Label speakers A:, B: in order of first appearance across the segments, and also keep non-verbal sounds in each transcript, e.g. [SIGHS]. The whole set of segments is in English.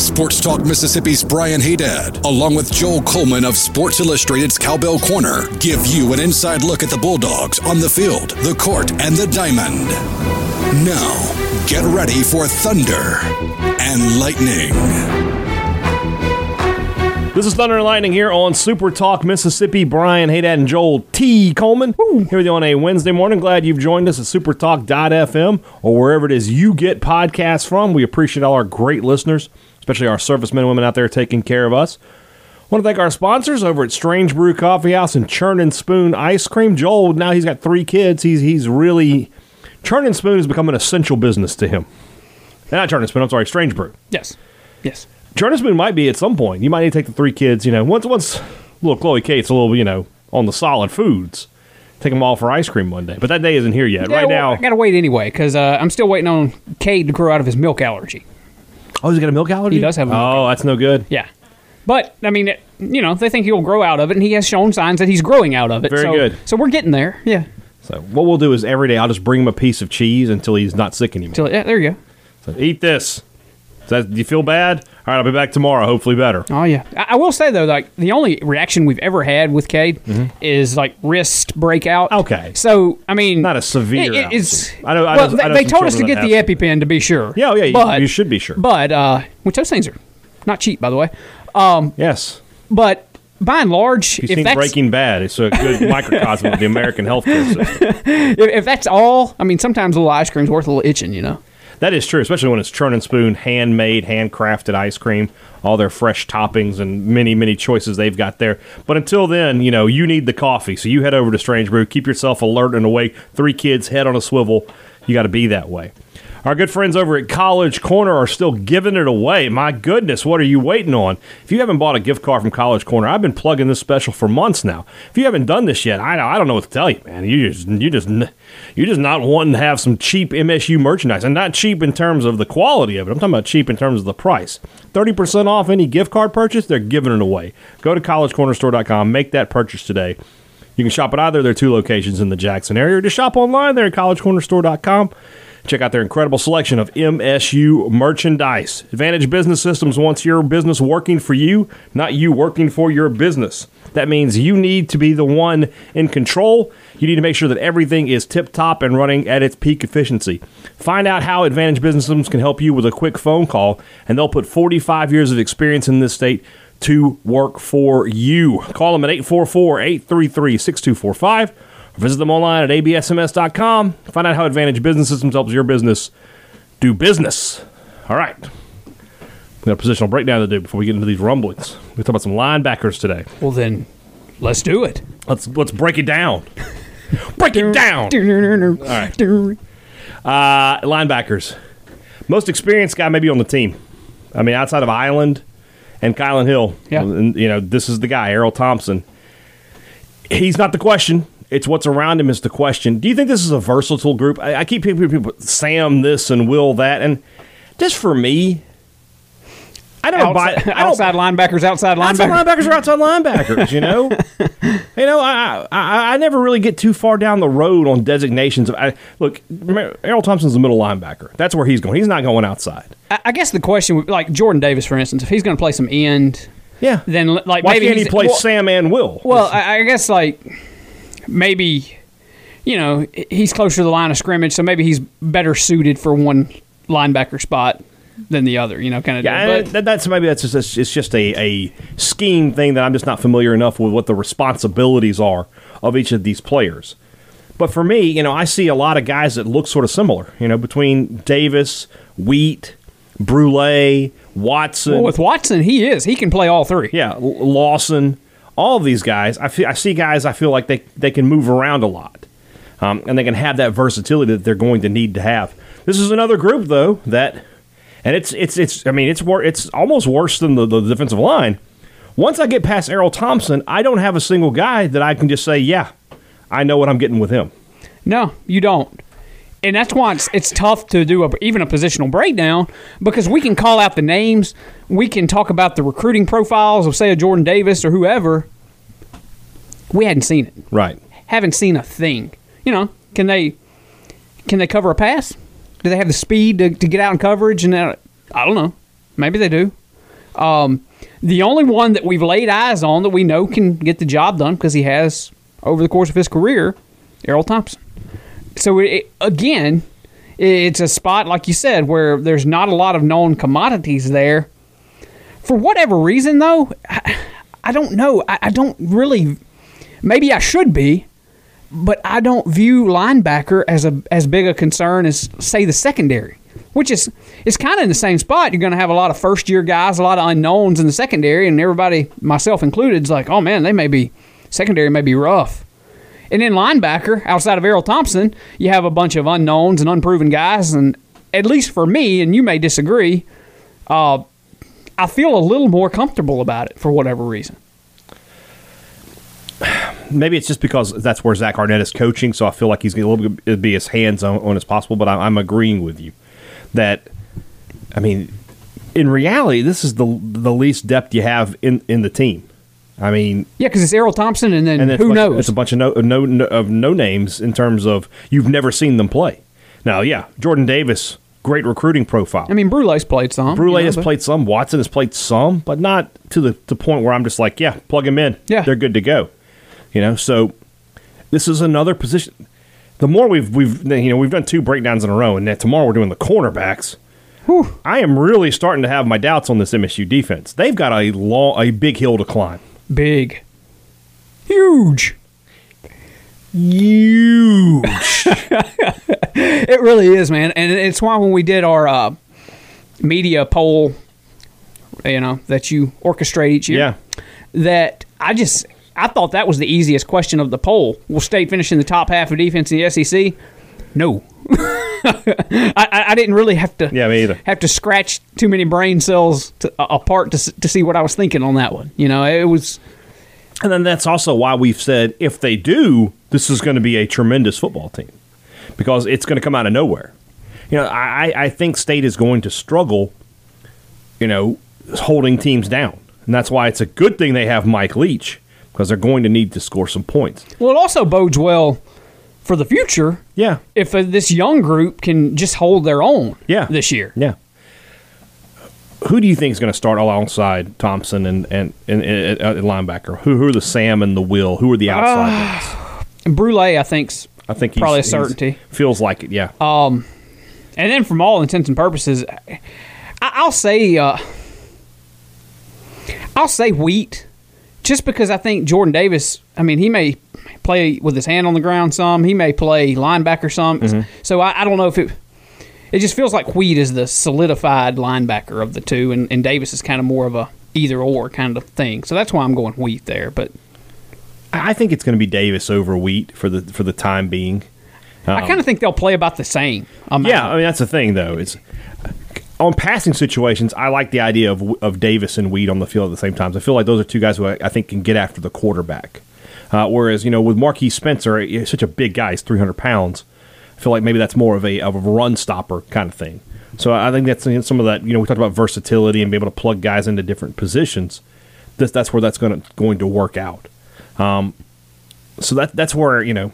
A: Sports Talk Mississippi's Brian Haydad, along with Joel Coleman of Sports Illustrated's Cowbell Corner, give you an inside look at the Bulldogs on the field, the court, and the diamond. Now, get ready for Thunder and Lightning.
B: This is Thunder and Lightning here on Super Talk Mississippi. Brian Haydad and Joel T. Coleman here with you on a Wednesday morning. Glad you've joined us at supertalk.fm or wherever it is you get podcasts from. We appreciate all our great listeners, especially our servicemen and women out there taking care of us. want to thank our sponsors over at Strange Brew Coffee House and Churn and Spoon Ice Cream. Joel, now he's got three kids. He's, he's really. Churn and Spoon has become an essential business to him. Not Churn and Spoon, I'm sorry, Strange Brew.
C: Yes. Yes.
B: Jonas Moon might be at some point. You might need to take the three kids. You know, once once little Chloe Kate's a little you know on the solid foods, take them all for ice cream one day. But that day isn't here yet.
C: Yeah,
B: right now,
C: well, I gotta wait anyway because uh, I'm still waiting on Cade to grow out of his milk allergy.
B: oh, he's got a milk allergy.
C: He does have a milk
B: oh, that's no good.
C: Yeah, but I mean, it, you know, they think he'll grow out of it, and he has shown signs that he's growing out of it.
B: Very
C: so,
B: good.
C: So we're getting there. Yeah.
B: So what we'll do is every day I'll just bring him a piece of cheese until he's not sick anymore.
C: Till yeah, there you go.
B: So, eat this. Is that, do you feel bad? All right, I'll be back tomorrow. Hopefully better.
C: Oh yeah. I, I will say though, like the only reaction we've ever had with Cade is like wrist breakout.
B: Mm-hmm. Okay.
C: So I mean,
B: Not a severe
C: It, it, it's.
B: allergy. I know- I
C: well,
B: know-
C: they,
B: I know
C: they
B: some
C: told us to
B: children
C: get
B: that
C: the
B: have
C: EpiPen to be sure.
B: Yeah, oh, yeah, you-
C: But,
B: you should be sure.
C: But uh, which those things are not cheap, by the way.
B: Yes.
C: But by and large,
B: You've
C: if
B: seen
C: that's
B: Breaking Bad. It's a good microcosm of the American healthcare system.
C: if, if that's all, I mean, sometimes a little ice cream's worth a little itching, you know.
B: That is true, especially when it's churn and spoon, handmade, handcrafted ice cream, all their fresh toppings and many, many choices they've got there. But until then, you know, you need the coffee. So you head over to Strange Brew, keep yourself alert and awake. Three kids, head on a swivel. You got to be that way. Our good friends over at College Corner are still giving it away. My goodness, what are you waiting on? If you haven't bought a gift card from College Corner, I've been plugging this special for months now. If you haven't done this yet, I, I don't know what to tell you, man. You just you just n- you just not wanting to have some cheap MSU merchandise, and not cheap in terms of the quality of it. I'm talking about cheap in terms of the price. Thirty percent off any gift card purchase, they're giving it away. Go to collegecornerstore.com, make that purchase today. You can shop at either of their two locations in the Jackson area, or just shop online there at collegecornerstore.com. Check out their incredible selection of MSU merchandise. Advantage Business Systems wants your business working for you, not you working for your business. That means you need to be the one in control. You need to make sure that everything is tip top and running at its peak efficiency. Find out how Advantage Business Systems can help you with a quick phone call, and they'll put 45 years of experience in this state to work for you. Call them at 844 833 6245. Visit them online at absms.com. Find out how Advantage Business Systems helps your business do business. All right. We got a positional breakdown to do before we get into these rumblings. We talk about some linebackers today.
C: Well, then let's do it.
B: Let's let's break it down. [LAUGHS] break it down.
C: All right.
B: Uh, linebackers. Most experienced guy maybe on the team. I mean, outside of Island and Kylan Hill.
C: Yeah.
B: And, you know, this is the guy, Errol Thompson. He's not the question. It's what's around him is the question. Do you think this is a versatile group? I, I keep hearing people, people Sam this and Will that, and just for me, I don't
C: Outside,
B: buy. I don't,
C: outside linebackers, outside
B: Outside
C: linebackers.
B: linebackers are outside linebackers, you know. you know, I, I I never really get too far down the road on designations. Of, I, look, remember, Errol Thompson's the middle linebacker. That's where he's going. He's not going outside.
C: I, I guess the question, would like Jordan Davis, for instance, if he's going to play some end,
B: Yeah.
C: then like
B: why
C: maybe
B: can't he
C: he's-
B: play
C: well,
B: Sam and Will?
C: Well, I, I guess like maybe you know he's closer to the line of scrimmage, so maybe he's better suited for one linebacker spot than the other. You know, kind of.
B: yeah, and that, that's maybe that's just that's- it's just a, a scheme thing that I'm just not familiar enough with what the responsibilities are of each of these players. But for me, you know, I see a lot of guys that look sort of similar. You know, between Davis, Wheat, Brule, Watson.
C: Well, with Watson, he is. He can play all three.
B: yeah, L- Lawson, all of these guys. I feel, I see guys. I feel like they they can move around a lot, um, and they can have that versatility that they're going to need to have. This is another group though that, and it's it's it's. I mean, it's wor- it's almost worse than the, the defensive line. Once I get past Errol Thompson, I don't have a single guy that I can just say, yeah, I know what I'm getting with him.
C: No, you don't. and that's why it's, it's tough to do a, even a positional breakdown because we can call out the names, we can talk about the recruiting profiles of say a Jordan Davis or whoever. We hadn't seen it,
B: Right.
C: haven't seen a thing. You know, can they can they cover a pass? Do they have the speed to, to get out in coverage? And uh, I don't know, maybe they do. Um, the only one that we've laid eyes on that we know can get the job done because he has over the course of his career, Errol Thompson. So it, again, it's a spot like you said where there's not a lot of known commodities there. For whatever reason, though, [SIGHS] I, I don't know. I, I don't really. Maybe I should be, but I don't view linebacker as a as big a concern as say the secondary, which is it's kind of in the same spot. You're going to have a lot of first year guys, a lot of unknowns in the secondary, and everybody, myself included, is like, oh man, they may be secondary may be rough. And then linebacker, outside of Errol Thompson, you have a bunch of unknowns and unproven guys, and at least for me, and you may disagree, uh, I feel a little more comfortable about it for whatever reason.
B: maybe it's just because that's where Zach Arnett is coaching, so I feel like he's going to little bit- it'd be as hands on, on as possible. But I'm, I'm agreeing with you that, I mean, in reality, this is the the least depth you have in in the team. I mean,
C: Yeah, because it's Errol Thompson, and then,
B: and it's
C: who
B: a bunch-
C: knows?
B: It's a bunch of no, of no no- of no names in terms of you've never seen them play. Now, yeah, Jordan Davis, great recruiting profile.
C: I mean, Brule's played some.
B: Brule
C: you know,
B: has
C: but-
B: played some. Watson has played some, but not to the to point where I'm just like, yeah, plug him in.
C: Yeah.
B: they're good to go. You know, so this is another position. The more we've we've you know we've done two breakdowns in a row, and then tomorrow we're doing the cornerbacks. I am really starting to have my doubts on this MSU defense. They've got a long, a big hill to climb.
C: Big. Huge.
B: [LAUGHS] Huge.
C: [LAUGHS] It really is, man. And it's why when we did our uh, media poll, you know, that you orchestrate each year,
B: yeah,
C: that I just I thought that was the easiest question of the poll. Will state finish in the top half of defense in the SEC? No. [LAUGHS] I, I I didn't really have to
B: yeah, me either.
C: have to scratch too many brain cells to, a- apart to, s- to see what I was thinking on that one. You know, it was
B: And then that's also why we've said if they do, this is going to be a tremendous football team because it's going to come out of nowhere. You know, I, I I think State is going to struggle, you know, holding teams down. And that's why it's a good thing they have Mike Leach because they're going to need to score some points.
C: well. It also bodes well for the future
B: Yeah.
C: if uh, this young group can just hold their own
B: Yeah.
C: this year.
B: Yeah. Who do you think is going to start alongside Thompson and, and, and, and, and linebacker? Who, who are the Sam and the Will? Who are the outsiders?
C: And Brule, I think's
B: I think he's,
C: Ah, probably a
B: he's-
C: certainty.
B: Feels like it, yeah.
C: and then from all intents and purposes, I, I'll say uh, I'll say Wheat, just because I think Jordan Davis. I mean, he may play with his hand on the ground some. He may play linebacker some.
B: Mm-hmm.
C: So I, I don't know if it. It just feels like Wheat is the solidified linebacker of the two, and, and Davis is kind of more of a either or kind of thing. So that's why I'm going Wheat there. But
B: I I think it's going to be Davis over Wheat for the for the time being.
C: I kind of think they'll play about the same. Amount.
B: Um, Yeah, uh, I mean that's the thing though. It's on passing situations. I like the idea of of Davis and Wheat on the field at the same time. I feel like those are two guys who I, I think can get after the quarterback. Uh, whereas you know with Marquis Spencer, he's such a big guy, he's three hundred pounds. I feel like maybe that's more of a of a run stopper kind of thing. So I think that's some of that. You know, we talked about versatility and being able to plug guys into different positions. This that's where that's going to going to work out. Um, so that that's where you know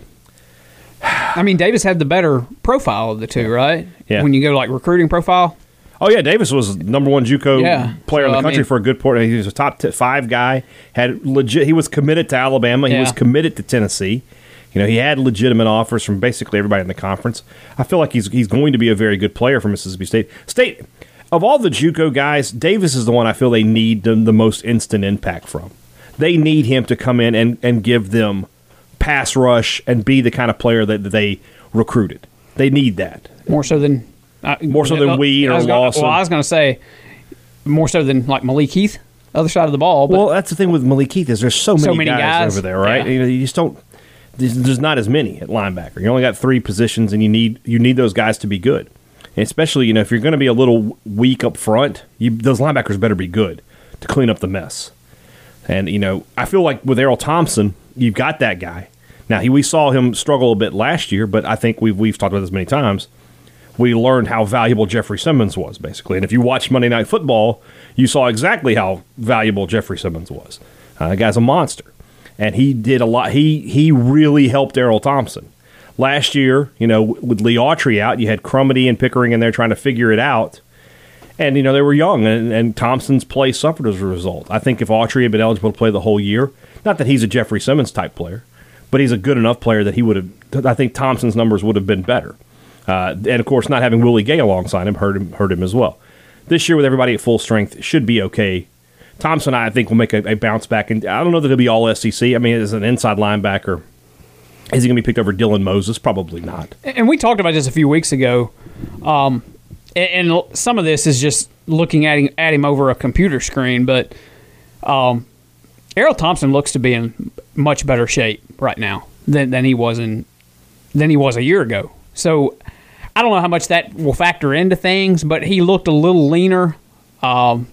C: I mean, Davis had the better profile of the two, right?
B: Yeah.
C: When you go like recruiting profile,
B: Oh yeah, Davis was number one JUCO
C: Yeah.
B: player in
C: So,
B: the
C: I
B: country
C: mean-
B: for a good port. He was a top t- five guy. Had legit. He was committed to Alabama. He
C: Yeah.
B: was committed to Tennessee. You know, he had legitimate offers from basically everybody in the conference. I feel like he's he's going to be a very good player for Mississippi State. State of all the JUCO guys, Davis is the one I feel they need the, the most instant impact from. They need him to come in and, and give them pass rush and be the kind of player that, that they recruited. They need that.
C: more so than uh,
B: More so than Weed
C: I was
B: or
C: gonna-
B: Lawson.
C: Well, I was going to say more so than like Malik Heath, other side of the ball. But
B: Well, that's the thing with Malik Keith is there's so many,
C: many
B: guys,
C: guys.
B: over there, right?
C: Yeah.
B: You, know, you just don't. There's, there's not as many at linebacker. You only got three positions, and you need you need those guys to be good. And especially, you know, if you're going to be a little weak up front, you, those linebackers better be good to clean up the mess. And you know, I feel like with Errol Thompson, you've got that guy. Now he, we saw him struggle a bit last year, but I think we've we've talked about this many times. We learned how valuable Jeffrey Simmons was basically, and if you watch Monday Night Football, you saw exactly how valuable Jeffrey Simmons was. Uh, the guy's a monster, and he did a lot. He he really helped Errol Thompson last year. You know, with Lee Autry out, you had Crumity and Pickering in there trying to figure it out and you know they were young, and, and Thompson's play suffered as a result. I think if Autry had been eligible to play the whole year, not that he's a Jeffrey Simmons type player, but he's a good enough player that he would have. I think Thompson's numbers would have been better, uh, and of course, not having Willie Gay alongside him hurt him hurt him as well. This year with everybody at full strength should be okay. Thompson, I think, will make a, a bounce back, and I don't know that he'll be all SEC. I mean, as an inside linebacker, is he going to be picked over Dylan Moses? Probably not.
C: And we talked about this a few weeks ago. Um, and, and some of this is just looking at him, at him over a computer screen, but um, Errol Thompson looks to be in much better shape right now than, than he was in than he was a year ago. So I don't know how much that will factor into things, but he looked a little leaner. Um,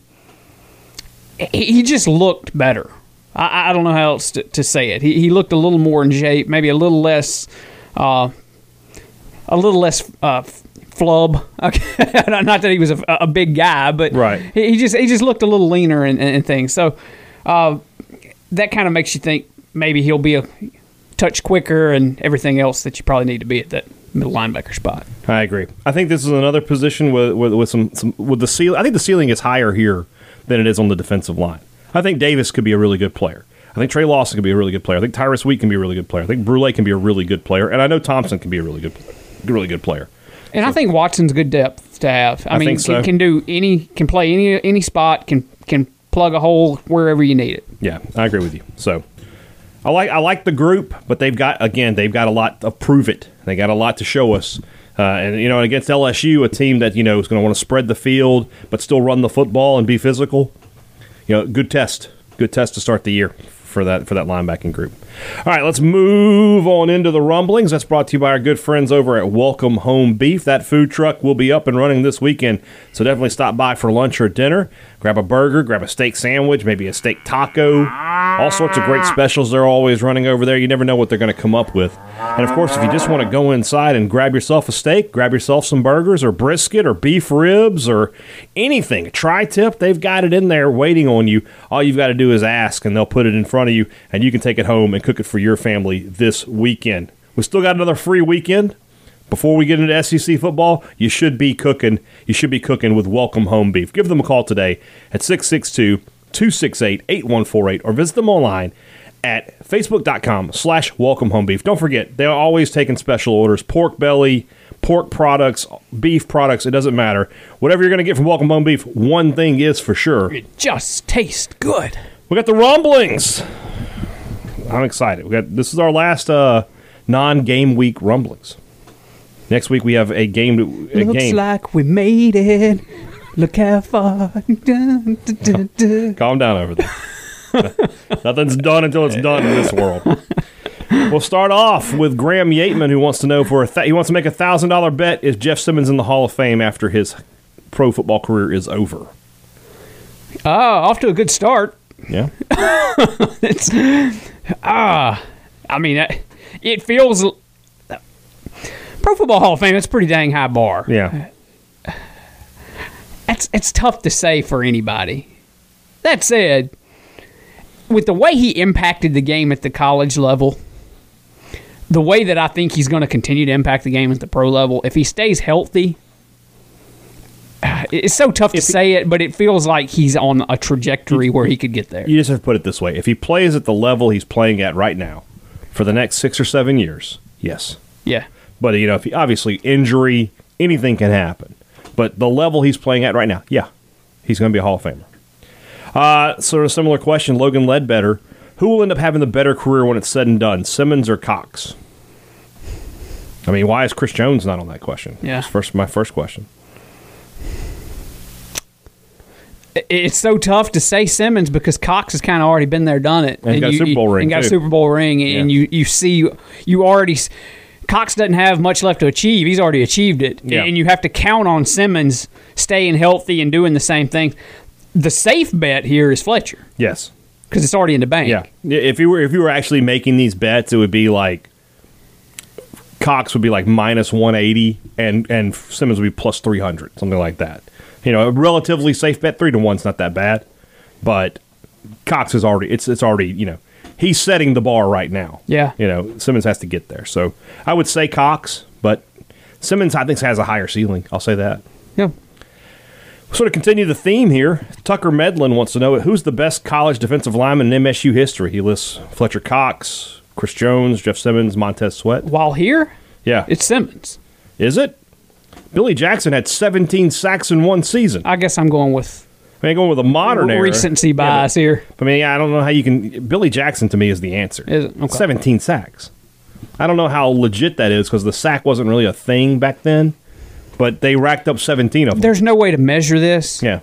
C: he, he just looked better. I, I don't know how else to, to say it. He, he looked a little more in shape, maybe a little less, uh, a little less. Uh, flub. [LAUGHS] Okay, not that he was a, a big guy, but
B: Right.
C: he, he just he just looked a little leaner and, and, and things. So uh, that kind of makes you think maybe he'll be a touch quicker and everything else that you probably need to be at that middle linebacker spot.
B: I agree. I think this is another position with with, with some, some with the ceiling. I think the ceiling is higher here than it is on the defensive line. I think Davis could be a really good player. I think Trey Lawson could be a really good player. I think Tyrus Wheat can be a really good player. I think Brule can be a really good player, and I know Thompson can be a really good, really good player.
C: And I think Watson's good depth to have. I,
B: I
C: mean,
B: think so.
C: can, can do any can play any any spot can can plug a hole wherever you need it.
B: Yeah, I agree with you. So I like I like the group, but they've got again they've got a lot to prove it. They got a lot to show us. Uh, and you know, against LSU, a team that you know is going to want to spread the field but still run the football and be physical. You know, good test, good test to start the year for that for that linebacking group. All right, let's move on into the rumblings. That's brought to you by our good friends over at Welcome Home Beef. That food truck will be up and running this weekend, so definitely stop by for lunch or dinner. Grab a burger, grab a steak sandwich, maybe a steak taco. All sorts of great specials they're always running over there. You never know what they're going to come up with. And of course, if you just want to go inside and grab yourself a steak, grab yourself some burgers or brisket or beef ribs or anything, a tri tip, they've got it in there waiting on you. All you've got to do is ask, and they'll put it in front of you, and you can take it home and cook it for your family this weekend. We still got another free weekend. Before we get into SEC football, you should be cooking. You should be cooking with Welcome Home Beef. Give them a call today at 662-268-8148 or visit them online at facebook.com slash welcome home beef. Don't forget, they're always taking special orders. Pork belly, pork products, beef products, it doesn't matter. Whatever you're going to get from Welcome Home Beef, one thing is for sure.
C: It just tastes good.
B: We got the rumblings. I'm excited. We got this is our last uh, non-game week rumblings. Next week we have a game. To, a
C: Looks
B: game.
C: like we made it. Look how far. [LAUGHS] Dun, dun, dun, dun.
B: Calm down over
C: [LAUGHS]
B: there. Nothing's done until it's done in this world. We'll start off with Graham Yateman, who wants to know for a th- he wants to make a thousand dollar bet is Jeff Simmons in the Hall of Fame after his pro football career is over.
C: Ah, off to a good start.
B: Yeah,
C: It's ah, I mean, it- it feels Pro Football Hall of Fame. It's a pretty dang high bar.
B: yeah.
C: It's it's tough to say for anybody. That said, with the way he impacted the game at the college level, the way that I think he's going to continue to impact the game at the pro level, if he stays healthy, [SIGHS] ah, it's so tough to say it, but it feels like he's on a trajectory where he could get there.
B: You just have to put it this way: if he plays at the level he's playing at right now for the next six or seven years, yes,
C: Yeah.
B: But you know, if he, obviously injury, anything can happen. But the level he's playing at right now, yeah, he's going to be a Hall of Famer. Uh, sort of similar question, Logan Ledbetter: Who will end up having the better career when it's said and done, Simmons or Cox? I mean, why is Chris Jones not on that question?
C: Yeah.
B: That's first my first question.
C: I- It's so tough to say Simmons because Cox has kind of already been there, done it,
B: And he got a
C: you,
B: Super Bowl
C: you-
B: ring,
C: and got a
B: too.
C: Super Bowl ring, and
B: Yeah.
C: you you see you already s- Cox doesn't have much left to achieve. He's already achieved it,
B: Yeah.
C: and you have to count on Simmons staying healthy and doing the same thing. The safe bet here is Fletcher.
B: Yes,
C: because it's already in the bank.
B: Yeah. Yeah, If you were if you were actually making these bets, it would be like Cox would be like minus one eighty, and and Simmons would be plus three hundred, something like that. You know, a relatively safe bet, three to one's not that bad, but Cox is already it's it's already you know he's setting the bar right now.
C: Yeah.
B: You know, Simmons has to get there, so I would say Cox, but Simmons I think has a higher ceiling. I'll say that
C: Yeah.
B: sort of continue the theme here. Tucker Medlin wants to know who's the best college defensive lineman in MSU history. He lists Fletcher Cox, Chris Jones, Jeff Simmons, Montez Sweat.
C: While here,
B: Yeah,
C: it's Simmons.
B: is it? Billy Jackson had 17 sacks in one season. I
C: I guess I'm going with
B: mean, going with a modern era.
C: recency
B: Yeah, but-
C: bias here.
B: I mean, I don't know how you can. Billy Jackson to me is the answer.
C: Is it? Okay.
B: 17 sacks. I don't know how legit that is because the sack wasn't really a thing back then, but they racked up 17 of them.
C: There's no way to measure this,
B: yeah.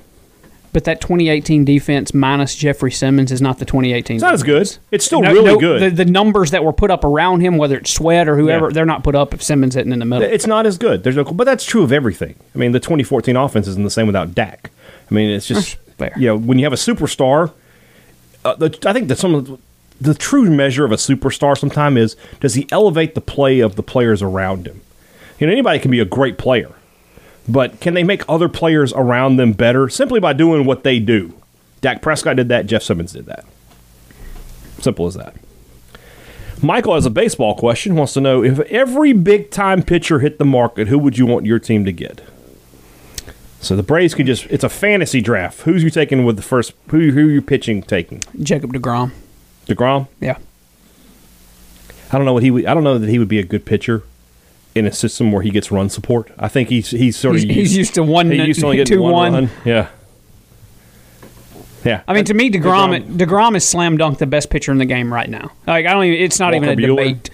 C: but that 2018 defense minus Jeffrey Simmons is not the 2018.
B: It's not as good. It's still
C: No-
B: really
C: no-
B: good.
C: The, the numbers that were put up around him, whether it's Sweat or whoever,
B: Yeah.
C: they're not put up if Simmons isn't in the middle.
B: It's not as good. There's no, but that's true of everything. I mean, the 2014 offense isn't the same without Dak. I mean, it's just
C: That's fair.
B: you know when you have a superstar. Uh, the, I think that some of the, the true measure of a superstar sometime is does he elevate the play of the players around him? You know, anybody can be a great player, but can they make other players around them better simply by doing what they do? Dak Prescott did that. Jeff Simmons did that. Simple as that. Michael has a baseball question. Wants to know if every big time pitcher hit the market, who would you want your team to get? So the Braves can just—it's a fantasy draft. Who's you taking with the first? Who who you pitching taking?
C: Jacob DeGrom.
B: Degrom.
C: Yeah.
B: I don't know what he would. I don't know that he would be a good pitcher in a system where he gets run support. I think he's he's sort of
C: He's, he's used [LAUGHS] to one,
B: he used to only getting
C: two,
B: one,
C: one.
B: run. Yeah. Yeah.
C: I mean, to me, Degrom,
B: DeGrom-
C: DeGrom, is slam dunk the best pitcher in the game right now. Like I don't even. It's not even a
B: Walker Buehler?
C: debate.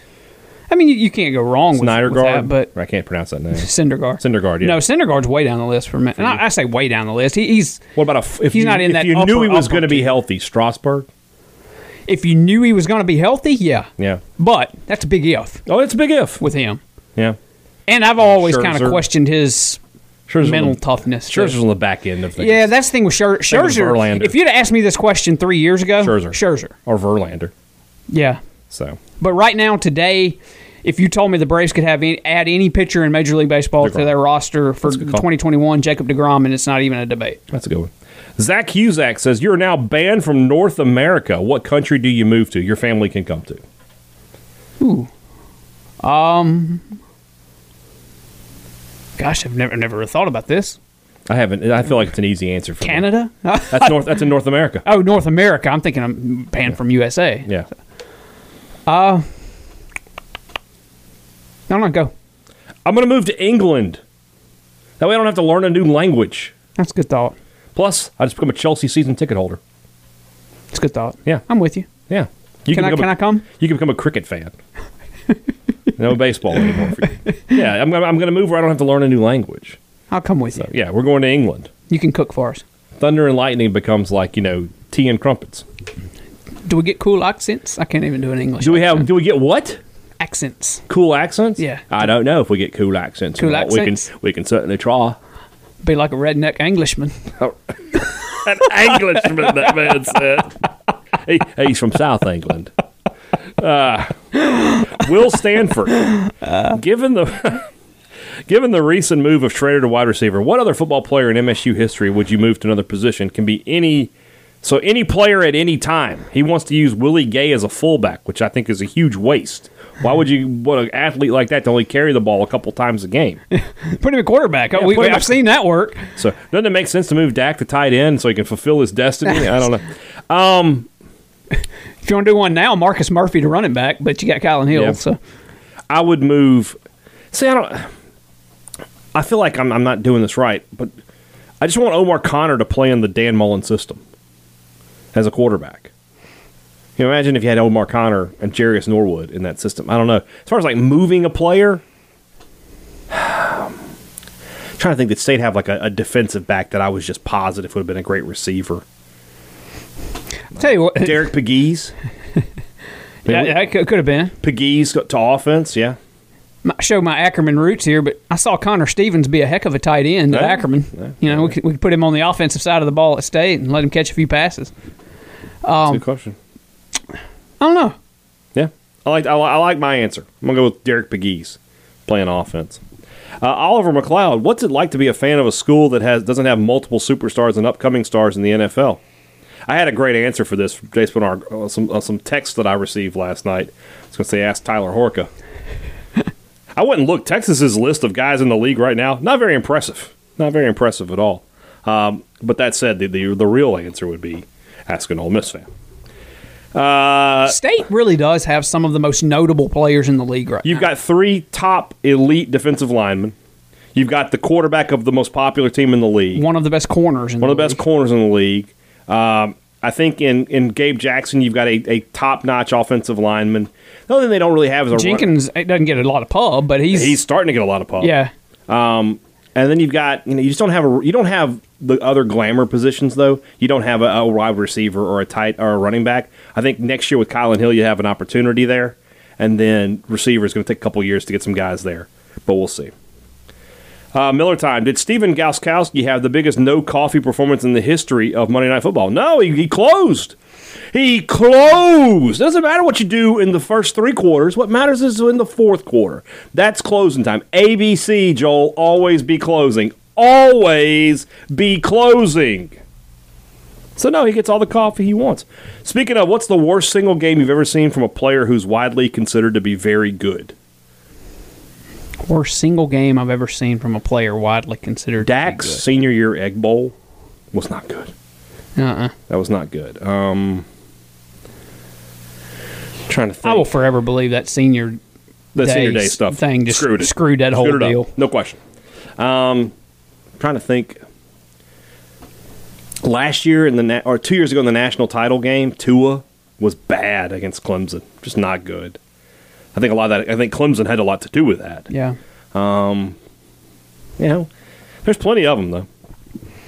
C: I mean, you, you can't go wrong with,
B: Snyder
C: with
B: guard,
C: that, but
B: I can't pronounce that
C: [LAUGHS]
B: name.
C: Syndergaard.
B: Syndergaard, yeah.
C: No, Syndergaard's way down the list for me. And I, I say way down the list. He, he's
B: What about a, f- if
C: He's
B: you,
C: not in
B: if
C: that
B: you knew
C: upper-
B: he was
C: upper
B: going to be
C: tier.
B: healthy, Strasburg?
C: if you knew he was going to be healthy, yeah.
B: Yeah.
C: But that's a big if
B: Oh, it's a big if.
C: with him.
B: Yeah.
C: And I've always kind
B: Scherzer.
C: of questioned his
B: Scherzer's
C: mental
B: on the,
C: toughness. too.
B: Scherzer's on the back end of things.
C: Yeah, that's the thing with Scher-
B: Same with Verlander.
C: Scherzer. If you'd have asked me this question three years ago,
B: Scherzer.
C: Scherzer.
B: or Verlander.
C: Yeah.
B: So
C: But right now, today, if you told me the Braves could have any, add any pitcher in Major League Baseball
B: DeGrom.
C: to their roster for
B: That's a good call.
C: 2021, Jacob DeGrom, and it's not even a debate.
B: that's a good one. Zach Huzak says you're now banned from North America. What country do you move to? Your family can come to.
C: Ooh. Um. Gosh, I've never never thought about this.
B: I haven't. I feel like it's an easy answer for me.
C: Canada? [LAUGHS]
B: That's north. That's in North America.
C: oh, North America. I'm thinking I'm banned from USA.
B: Yeah.
C: No, no, go.
B: I'm gonna move to England. That way I don't have to learn a new language.
C: That's a good thought.
B: Plus, I just become a Chelsea season ticket holder.
C: It's a good thought.
B: Yeah.
C: I'm with you.
B: Yeah. You
C: Can I-
B: become a-
C: can I come?
B: You can become a cricket fan. no baseball anymore for you. Yeah, I'm gonna, I'm gonna move where I don't have to learn a new language.
C: I'll come with you.
B: Yeah, we're going to England.
C: You can cook for us.
B: Thunder and lightning becomes like you know tea and crumpets.
C: Do we get cool accents? I can't even do an English.
B: Do we have?
C: accent.
B: Do we get what?
C: accents?
B: Cool accents?
C: Yeah.
B: I don't know if we get cool accents. or
C: Cool
B: not. We can
C: accents?
B: we can certainly try.
C: Be like a redneck Englishman. [LAUGHS]
B: An Englishman, that man said. He, he's from South England. Uh, Will Stanford. given the [LAUGHS] given the recent move of Schrader to wide receiver, what other football player in MSU history would you move to another position? Can be any. So any player at any time. He wants to use Willie Gay as a fullback, which I think is a huge waste. Why would you want an athlete like that to only carry the ball a couple times a game?
C: Put him at quarterback. we,
B: put him
C: I've
B: at-
C: seen that work.
B: So doesn't it make sense to move Dak to tight end so he can fulfill his destiny? I don't know.
C: If you want to do one now, Marcus Murphy to running back, but you got Colin Hill.
B: Yeah.
C: So
B: I would move. See, I don't. I feel like I'm, I'm not doing this right, but I just want Omar Connor to play in the Dan Mullen system as a quarterback. You know, imagine if you had Omar Connor and Jarius Norwood in that system. I don't know. As far as like moving a player, [SIGHS] trying to think that State have like a, a defensive back that I was just positive would have been a great
C: [LAUGHS]
B: receiver.
C: tell you what, [LAUGHS]
B: Derek Pegues.
C: yeah, yeah, it could could have been.
B: Pegues to offense, yeah.
C: my, show my Ackerman roots here, but I saw Connor Stevens be a heck of a tight end at
B: Yeah,
C: Ackerman.
B: yeah,
C: you know, we could, we could put him on the offensive side of the ball at State and let him catch a few passes.
B: Um, good question.
C: I don't know.
B: Yeah, I like I, li- I like my answer. I'm gonna go with Derek Pegues playing offense. Uh, Oliver McLeod, what's it like to be a fan of a school that has doesn't have multiple superstars and upcoming stars in the NFL? I had a great answer for this based on our uh, some uh, some text that I received last night. I was gonna say ask Tyler Horka. [LAUGHS] I went and looked. Texas's list of guys in the league right now not very impressive. Not very impressive at all. Um, but that said, the, the the real answer would be ask an Ole Miss fan. Uh,
C: State really does have some of the most notable players in the league right
B: You've
C: now.
B: got three top elite defensive linemen. You've got the quarterback of the most popular team in the league,
C: one of the best corners in
B: one
C: the
B: of the best
C: league.
B: corners in the league. Um, I think in, in Gabe Jackson, you've got a, a top notch offensive lineman. The only thing they don't really have is a run-
C: Jenkins it doesn't get a lot of pub, but he's,
B: He's starting to get a lot of pop.
C: yeah.
B: And then you've got you know you just don't have a, you don't have the other glamour positions though. You don't have a, a wide receiver or a tight or a running back. I think next year with Kylan Hill you have an opportunity there, and then receiver is going to take a couple years to get some guys there, but we'll see. Uh, Miller time. Did Steven Gauskowski have the biggest no coffee performance in the history of Monday Night Football? No, he, he closed. He closed. It doesn't matter what you do in the first three quarters. What matters is in the fourth quarter. That's closing time. ABC, Joel, always be closing. Always be closing. So, no, he gets all the coffee he wants. Speaking of, what's the worst single game you've ever seen from a player who's widely considered to be very good?
C: Worst single game I've ever seen from a player widely considered.
B: Dak's senior year Egg Bowl was not good.
C: Uh uh
B: That was not good. Um, trying to think.
C: I will forever believe that senior
B: the senior
C: days
B: day stuff
C: thing just
B: screwed it.
C: screwed that whole
B: it up.
C: deal.
B: No question. Um, trying to think. Last year in the na- or two years ago in the national title game, Tua was bad against Clemson. Just not good. I think a lot of that. I think Clemson had a lot to do with that.
C: Yeah.
B: You know, there's plenty of them though.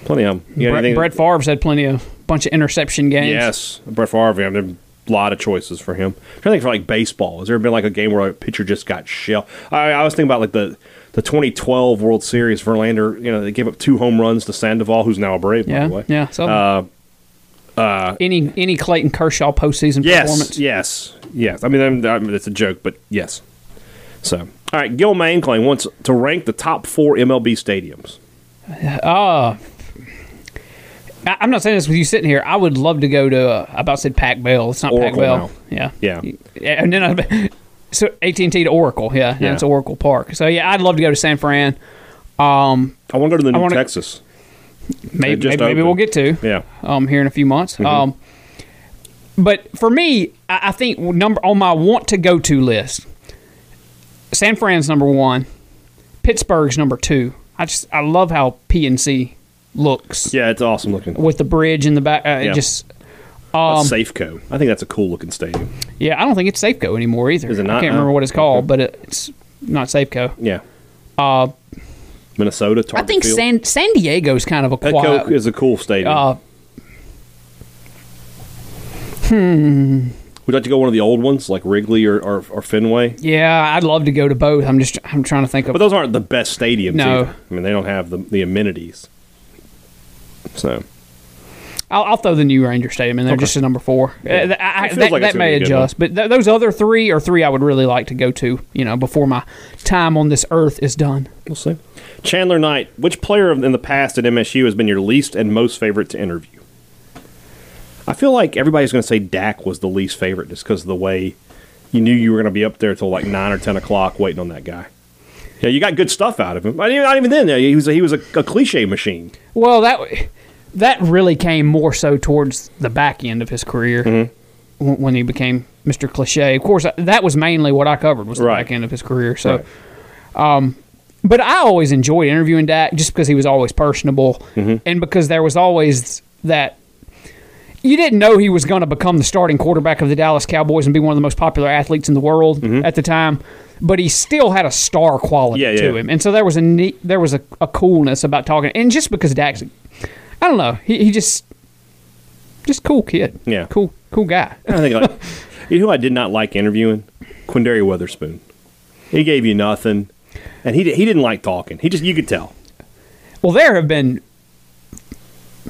B: Plenty of them. You got
C: Brett,
B: anything-
C: Brett Favre's had plenty of bunch of interception games.
B: Yes, Brett Favre. I mean, there are a lot of choices for him. I'm trying to think for like baseball. Has there been like a game where a pitcher just got shell? I, I was thinking about like the the 2012 World Series. Verlander, you know, they gave up two home runs to Sandoval, who's now a Brave, by
C: Yeah.
B: the way. Uh,
C: Yeah. So any any Clayton Kershaw postseason
B: Yes,
C: performance.
B: yes, yes. I mean, I'm, I'm, it's a joke, but yes. So, all right, Gil Mainclaim wants to rank the top four MLB stadiums.
C: Uh, I, I'm not saying this with you sitting here. I would love to go to. Uh, I about said Pac Bell. It's not Pac
B: Oracle
C: Bell.
B: now.
C: Yeah.
B: Yeah.
C: Yeah, And then I, so AT and T to Oracle. Yeah.
B: Yeah.
C: That's Oracle Park. So yeah, I'd love to go to San Fran. Um,
B: I want to go to the New
C: wanna-
B: Texas.
C: maybe
B: just
C: maybe, maybe
B: opened.
C: we'll get to.
B: Yeah,
C: um, here in a few months.
B: Mm-hmm.
C: Um, but for me, I, I think number on my want to go to list, San Fran's number one, Pittsburgh's number two. I just I love how PNC looks
B: yeah, it's awesome looking.
C: with the bridge in the back. Uh,
B: Yeah.
C: it Just um,
B: Safeco. I think that's a cool looking stadium.
C: yeah, I don't think it's Safeco anymore either.
B: Is it
C: I
B: not?
C: can't
B: No.
C: remember what it's called, but it, it's not Safeco.
B: Yeah. Uh, Minnesota.
C: I
B: Target
C: think
B: Field.
C: San San Diego's kind of a
B: Petco
C: quiet.
B: is a cool stadium.
C: Uh,
B: Would you like to go one of the old ones, like Wrigley or, or, or Fenway?
C: yeah, I'd love to go to both. I'm just I'm trying to think of
B: But those aren't the best stadiums.
C: No.
B: Either. I mean, they don't have the, the amenities. So
C: I'll, I'll throw the new Ranger Stadium in there just as number four. Uh, th- I- I-
B: It feels
C: that
B: like it's gonna
C: that may
B: be a good one.
C: adjust, but th- those other three are three I would really like to go to. You know, before my time on this earth is done.
B: we'll see. Chandler Knight, which player in the past at MSU has been your least and most favorite to interview? I feel like everybody's going to say Dak was the least favorite just because of the way you knew you were going to be up there till like nine or ten o'clock waiting on that guy. Yeah, you got good stuff out of him. Not even, not even then. He was a, he was a, a cliche machine.
C: Well, that that really came more so towards the back end of his career
B: Mm-hmm.
C: when, when he became Mr. Cliche. Of course, uh, that was mainly what I covered was the
B: Right.
C: back end of his career. So,
B: Right.
C: um, but I always enjoyed interviewing Dak just because he was always personable
B: Mm-hmm.
C: and because there was always that. You didn't know he was going to become the starting quarterback of the Dallas Cowboys and be one of the most popular athletes in the world at the time, but he still had a star quality
B: Mm-hmm. Yeah,
C: to
B: yeah.
C: him, and so there was a neat, there was a, a coolness about talking, and just because Dak's I don't know. He, he just just cool kid.
B: Yeah.
C: Cool cool guy.
B: I think like [LAUGHS] you know who I did not like interviewing Quindary Weatherspoon. He gave you nothing, and he di- he didn't like talking. He just you could tell.
C: Well, there have been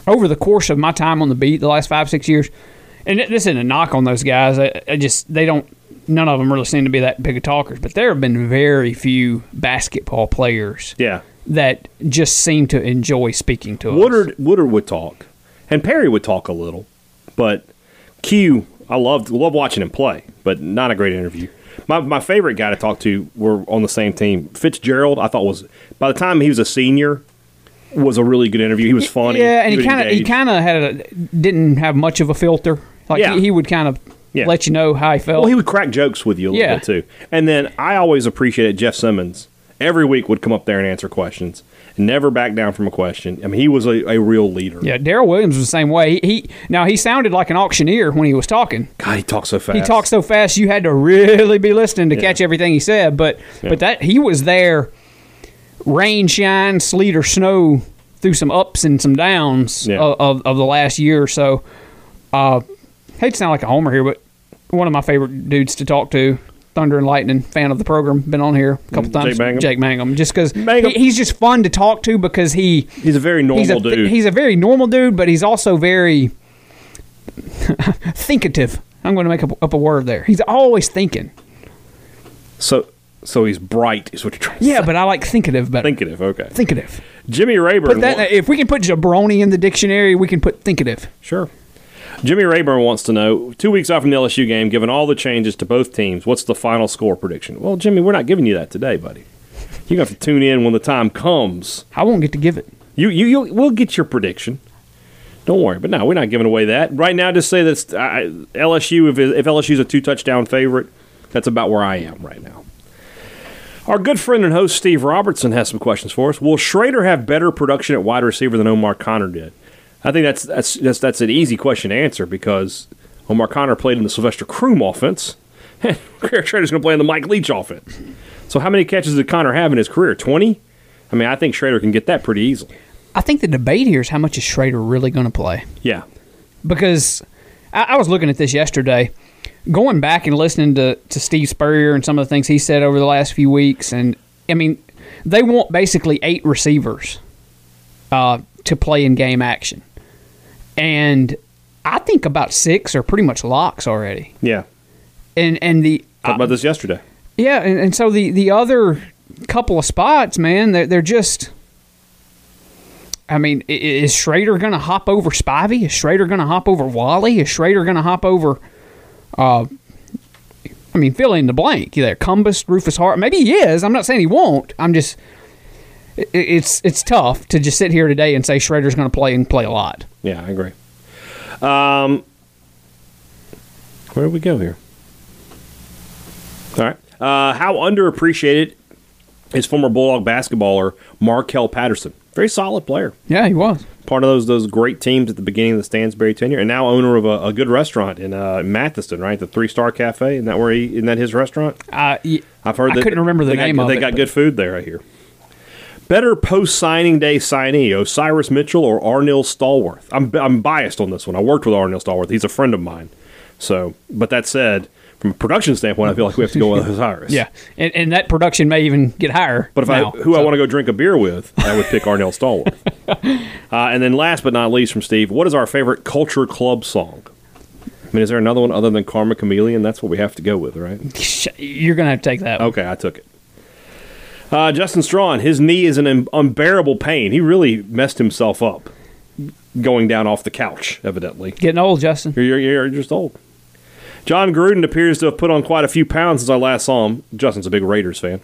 C: over the course of my time on the beat the last 5 6 years and it- this isn't a knock on those guys. I, I just they don't. None of them really seem to be that big of talkers. But there have been very few basketball players
B: Yeah.
C: that just seem to enjoy speaking to us.
B: Woodard Woodard would talk, and Perry would talk a little, but Q I loved loved watching him play, but not a great interview. My my favorite guy to talk to were on the same team. Fitzgerald I thought was by the time he was a senior was a really good interview. He was funny.
C: Yeah, and he
B: would
C: kind of he
B: engage.
C: kind of had a didn't have much of a filter. Like
B: Yeah.
C: he, he would kind of
B: Yeah.
C: let you know how he felt.
B: Well, he would crack jokes with you a little
C: Yeah.
B: bit too. And then I always appreciated Jeff Simmons. Every week would come up there and answer questions. Never back down from a question. I mean, he was a, a real leader.
C: yeah, Daryl Williams was the same way. He, he now he sounded like an auctioneer when he was talking.
B: God, he talks so fast.
C: He talked so fast you had to really be listening to catch everything he said. But but that he was there, rain, shine, sleet, or snow through some ups and some downs
B: Yeah.
C: of, of of the last year or so. Uh, hate to sound like a homer here, but one of my favorite dudes to talk to. Thunder and Lightning, fan of the program, been on here a couple times.
B: Mm-hmm. Mangum.
C: Jake Mangum, just because
B: Mangum.
C: he's just fun to talk to because he
B: He's a very normal
C: he's a th-
B: dude.
C: he's a very normal dude, but he's also very [LAUGHS] thinkative. I'm going to make up, up a word there. He's always thinking.
B: So, so he's bright is what you're trying to
C: Yeah,
B: say.
C: but I like thinkative better.
B: Thinkative, okay.
C: thinkative.
B: Jimmy Rayburn.
C: But that,
B: wa-
C: if we can put jabroni in the dictionary, we can put thinkative.
B: sure. Jimmy Rayburn wants to know two weeks out from the LSU game, given all the changes to both teams, what's the final score prediction? Well, Jimmy, we're not giving you that today, buddy. You're gonna have to tune in when the time comes.
C: I won't get to give it.
B: You, you, you we'll get your prediction. Don't worry, but no, we're not giving away that right now. Just say that LSU. If, if LSU's a two touchdown favorite, that's about where I am right now. Our good friend and host Steve Robertson has some questions for us. Will Schrader have better production at wide receiver than Omar Connor did? I think that's that's that's, that's an easy question to answer because Omar Connor played in the Sylvester Croom offense, [LAUGHS] and Garrett Schrader's going to play in the Mike Leach offense. So how many catches did Connor have in his career? Twenty. I mean, I think Schrader can get that pretty easily.
C: I think the debate here is how much is Schrader really going to play?
B: Yeah.
C: because I, I was looking at this yesterday, going back and listening to, to Steve Spurrier and some of the things he said over the last few weeks, and I mean, they want basically eight receivers uh, to play in game action, and I think about six are pretty much locks already,
B: Yeah.
C: and and the
B: Talked about this yesterday.
C: yeah, and, and so the the other couple of spots, man, they're, they're just. I mean, i- i- is Schrader going to hop over Spivey? Is Schrader going to hop over Wally? Is Schrader going to hop over? Uh, I mean, fill in the blank there. Cumbus, Rufus Hart. Maybe he is. I'm not saying he won't. I'm just. i- i- It's it's tough to just sit here today and say Schrader's going to play and play a lot.
B: Yeah, I agree. Um, where do we go here? All right. Uh, how underappreciated is former Bulldog basketballer Markel Patterson? Very solid player.
C: Yeah, he was.
B: Part of those those great teams at the beginning of the Stansbury tenure, and now owner of a, a good restaurant in uh, Matheson, right? The Three Star Cafe. Isn't that where he? Isn't that his restaurant?
C: Uh, y-
B: I've heard.
C: I
B: That
C: couldn't remember the
B: they got-
C: name of
B: They
C: it,
B: got
C: but-
B: good food there. I hear. Better post signing day signee, Osiris Mitchell or Arnil Stallworth? I'm I'm biased on this one. I worked with Arnil Stallworth. He's a friend of mine. So, but that said, from a production standpoint, I feel like we have to go
C: [LAUGHS]
B: with Osiris.
C: yeah, and, and that production may even get higher.
B: But if
C: now.
B: I who I want to go drink a beer with, I would pick Arnell
C: [LAUGHS]
B: Stallworth. uh, and then last but not least from Steve, what is our favorite culture club song? I mean, is there another one other than Karma Chameleon? That's what we have to go with, right?
C: you're going to have to take that. one.
B: Okay, I took it. Uh, Justin Strawn, his knee is an un- unbearable pain. He really messed himself up going down off the couch, evidently.
C: Getting old, Justin.
B: You're, you're, you're just old. John Gruden appears to have put on quite a few pounds since I last saw him. Justin's a big Raiders fan.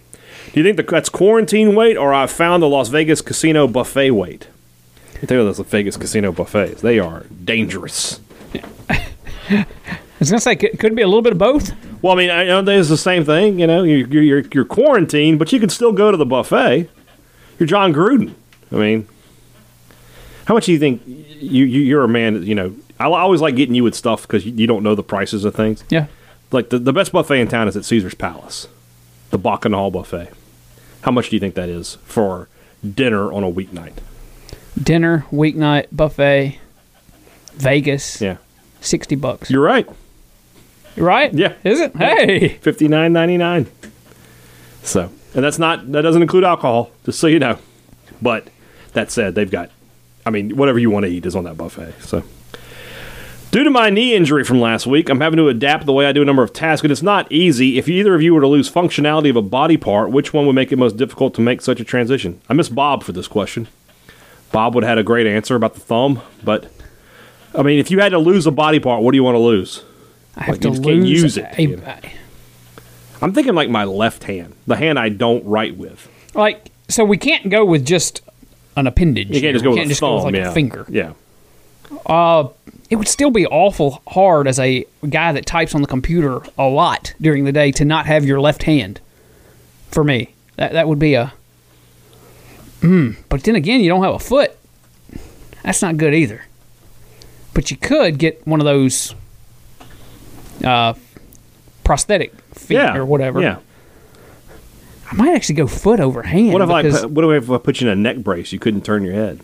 B: Do you think the, that's quarantine weight, or I found the Las Vegas casino buffet weight? I tell you those Vegas casino buffets, they are dangerous.
C: I was gonna say could, could be a little bit of both.
B: Well, I mean, I know it's the same thing. You know, you're, you're, you're, you're quarantined, but you can still go to the buffet. You're John Gruden. I mean, how much do you think you, you you're a man? that, You know, I li- always like getting you with stuff because you, you don't know the prices of things.
C: Yeah,
B: Like the, the best buffet in town is at Caesar's Palace, the Bacchanal buffet. How much do you think that is for dinner on a weeknight?
C: dinner, weeknight, buffet, Vegas,
B: Yeah,
C: sixty bucks.
B: you're right.
C: right?
B: Yeah.
C: is it? Hey,
B: Fifty nine ninety nine. So, and that's not that doesn't include alcohol, just so you know. But that said, they've got, I mean, whatever you want to eat is on that buffet. So, Due to my knee injury from last week, I'm having to adapt the way I do a number of tasks, and it's not easy. If either of you were to lose functionality of a body part, which one would make it most difficult to make such a transition? I miss Bob for this question. Bob would have had a great answer about the thumb, but I mean, if you had to lose a body part, what do you want to lose?
C: I have
B: Like,
C: to
B: you just can't
C: lose
B: use it,
C: a-
B: you know. I'm thinking like my left hand, the hand I don't write with.
C: like so we can't go with just an appendage.
B: You can't just
C: here.
B: go
C: We
B: with a thumb,
C: like
B: yeah.
C: a finger.
B: Yeah.
C: It would still be awful hard as a guy that types on the computer a lot during the day to not have your left hand. For me, that that would be a. Hmm. But then again, you don't have a foot. That's not good either. But you could get one of those. Uh, prosthetic feet
B: yeah.
C: or whatever.
B: Yeah.
C: I might actually go foot over hand.
B: What if uh, I
C: because-
B: put, what if I put you in a neck brace? You couldn't turn your head.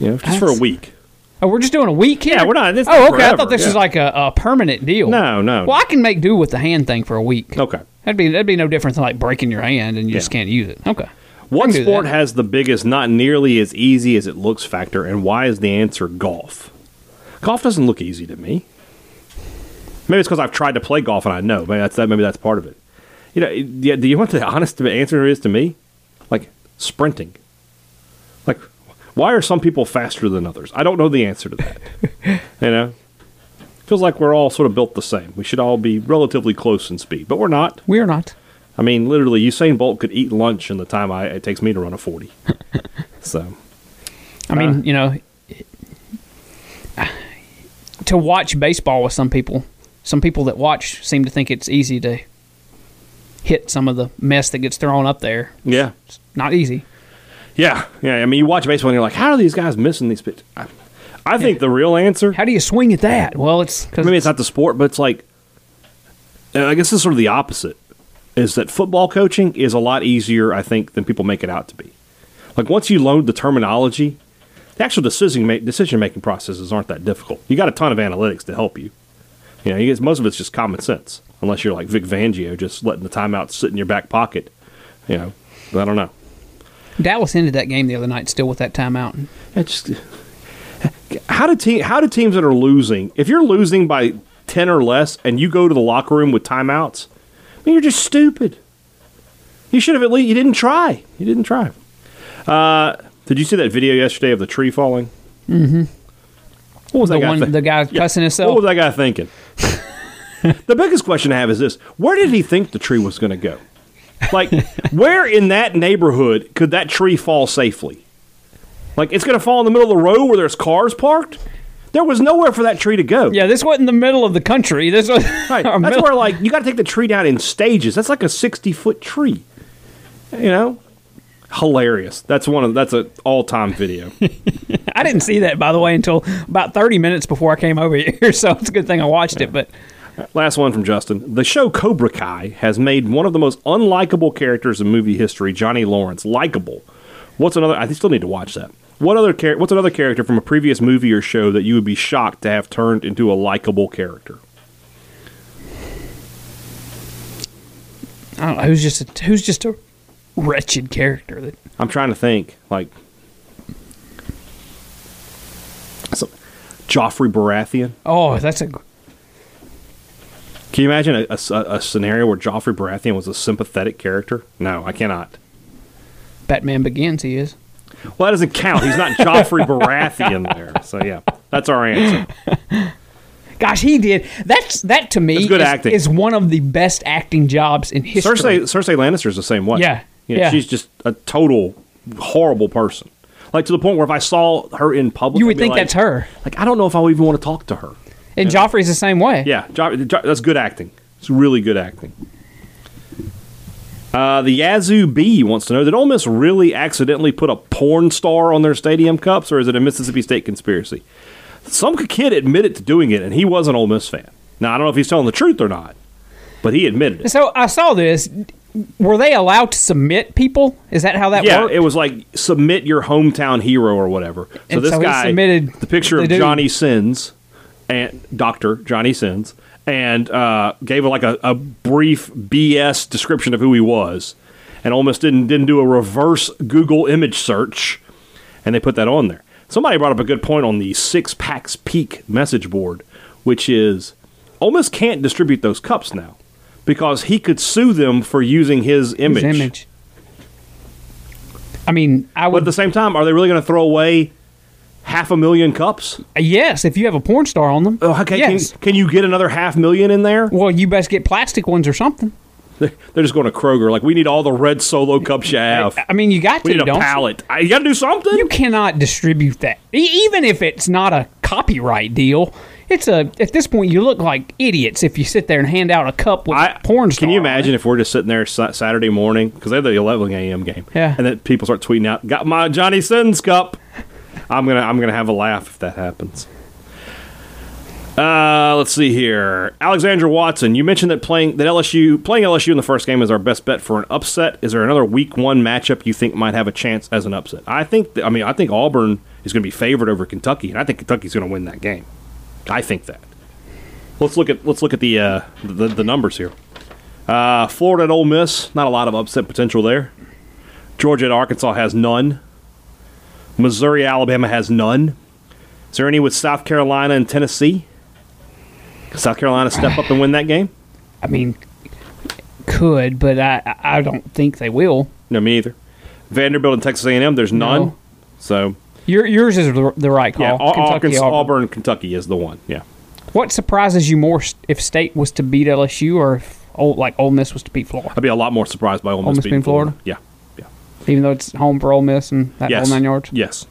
B: You know, just for a
C: That's-
B: week.
C: Oh, we're just doing a week here.
B: Yeah, we're not- this is
C: oh, okay. I
B: forever,
C: thought this was
B: yeah.
C: like a, a permanent deal.
B: No, no,
C: Well,
B: no.
C: I can make do with the hand thing for a week.
B: Okay.
C: That'd be that'd be no different than like breaking your hand and you just
B: Yeah.
C: can't use it. Okay.
B: What
C: I can do
B: sport
C: that.
B: has the biggest, not nearly as easy as it looks factor, and why is the answer golf? Golf doesn't look easy to me. Maybe it's because I've tried to play golf and I know. Maybe that's that. Maybe that's part of it. You know, yeah, do you want the [LAUGHS] honest answer is to me? Like sprinting. Like, why are some people faster than others? I don't know the answer to
C: [LAUGHS]
B: that. you know, feels like we're all sort of built the same. We should all be relatively close in speed, but we're not.
C: We're not.
B: I mean, literally, Usain Bolt could eat lunch in the time I, it takes me to run a 40. so,
C: I
B: Uh-huh.
C: mean, you know, to watch baseball with some people, some people that watch seem to think it's easy to hit some of the mess that gets thrown up there.
B: yeah.
C: It's not easy.
B: Yeah. Yeah. I mean, you watch baseball and you're like, how are these guys missing these pitches? I, I think the real answer,
C: How do you swing at that? Well, it's because
B: maybe it's not the sport, but it's like, and I guess it's sort of the opposite is that football coaching is a lot easier, I think, than people make it out to be. Like, once you load the terminology, the actual decision ma- decision making processes aren't that difficult. You got a ton of analytics to help you. You know, you get, most of it's just common sense, unless you're like Vic Fangio, just letting the timeout sit in your back pocket. You know, but I don't know.
C: Dallas ended that game the other night still with that timeout.
B: It just how do team how do teams that are losing if you're losing by ten or less and you go to the locker room with timeouts, I mean, you're just stupid. You should have at least you didn't try. You didn't try. Uh, did you see that video yesterday of the tree falling? Mm-hmm. What was
C: The
B: that guy
C: one,
B: thi-
C: the guy cussing himself.
B: What was that guy
C: [LAUGHS]
B: thinking? the biggest question I have is this: Where did he think the tree was going to go?
C: [LAUGHS]
B: Like, where in that neighborhood could that tree fall safely? Like, it's going to fall in the middle of the road where there's cars parked. There was nowhere for that tree to go.
C: Yeah, this wasn't the middle of the country. This was
B: right.
C: [LAUGHS] our
B: That's
C: middle-
B: where like you got to take the tree down in stages. That's like a sixty foot tree. You know, hilarious. That's one of that's an all time video.
C: I didn't see that by the way until about thirty minutes before I came over [LAUGHS] here. So it's a good thing I watched it. But
B: Last one from Justin. The show Cobra Kai has made one of the most unlikable characters in movie history, Johnny Lawrence, likable. What's another? I still need to watch that. What other char- What's another character from a previous movie or show that you would be shocked to have turned into a likable character?
C: I don't know who's just a, who's just a wretched character. That
B: I'm trying to think. Like, so, Joffrey Baratheon.
C: oh, that's a
B: Can you imagine a, a s- a scenario where Joffrey Baratheon was a sympathetic character? No, I cannot.
C: Batman Begins. He is.
B: Well, that doesn't count. He's not Joffrey Baratheon there. So yeah, that's our answer.
C: Gosh, he did. That's that to me
B: That's good
C: is,
B: acting.
C: is one of the best acting jobs in history.
B: Cersei Cersei Lannister's the same way.
C: Yeah,
B: You know,
C: yeah.
B: She's just a total horrible person. Like to the point where if I saw her in public,
C: you
B: I'd
C: would
B: be
C: think
B: like-
C: that's her.
B: Like I don't know if I would even want to talk to her.
C: And Joffrey's the same way.
B: Yeah, jo- jo- that's good acting. It's really good acting. Uh, the Yazoo B wants to know did Ole Miss really accidentally put a porn star on their stadium cups, or is it a Mississippi State conspiracy? Some kid admitted to doing it, and he was an Ole Miss fan. Now I don't know if he's telling the truth or not, but he admitted it.
C: So I saw this. Were they allowed to submit people? Is that how that
B: yeah,
C: worked?
B: it was like submit your hometown hero or whatever. So
C: And
B: this
C: so he
B: guy
C: submitted
B: the picture
C: the
B: of
C: dude.
B: Johnny Sins and Doctor Johnny Sins and uh, gave like a, a brief BS description of who he was, and almost didn't didn't do a reverse Google image search, and they put that on there. Somebody brought up a good point on the six packs peak message board, which is Ole Miss can't distribute those cups now because he could sue them for using his image.
C: His image. I mean, I
B: But at
C: would.
B: the same time, are they really going to throw away half a million cups?
C: yes, if you have a porn star on them.
B: Oh, okay,
C: Yes.
B: can, can you get another half million in there?
C: well, you best get plastic ones or something.
B: They're they're just going to Kroger. Like, we need all the red solo cups you
C: [LAUGHS]
B: have.
C: I mean, you got
B: We
C: to,
B: need a
C: don't you?
B: pallet. I, you got to do something.
C: You cannot distribute that, E- even if it's not a copyright deal. It's a at this point you look like idiots if you sit there and hand out a cup with
B: I,
C: porn star.
B: Can you
C: on it.
B: imagine if we're just sitting there Sa- Saturday morning because they have the 11 a.m. game,
C: Yeah.
B: and then people start tweeting out, "Got my Johnny Sins cup." I'm gonna I'm gonna have a laugh if that happens. Uh, let's see here. Alexandra Watson, you mentioned that playing that LSU playing LSU in the first game is our best bet for an upset. Is there another Week One matchup you think might have a chance as an upset? I think. That, I mean, I think Auburn is going to be favored over Kentucky, and I think Kentucky's going to win that game. I think that. Let's look at let's look at the uh, the, the numbers here. Uh, Florida at Ole Miss, not a lot of upset potential there. Georgia at Arkansas has none. Missouri, Alabama has none. Is there any with South Carolina and Tennessee? Can South Carolina step up and win that game?
C: I mean, could, but I I- I don't think they will.
B: No, me either. Vanderbilt and Texas A&M, there's none.
C: No.
B: So
C: Your, yours is the the right call.
B: yeah, Au-
C: Kentucky,
B: Arkansas,
C: Auburn.
B: Auburn, Kentucky is the one. Yeah.
C: What surprises you more st- if State was to beat LSU or if Ole, like Ole Miss was to beat Florida,
B: I'd be a lot more surprised by Ole Miss,
C: Miss
B: beating
C: beating Florida?
B: Yeah, yeah.
C: even though it's home for Ole Miss and that
B: Yes.
C: whole nine yards?
B: Yes.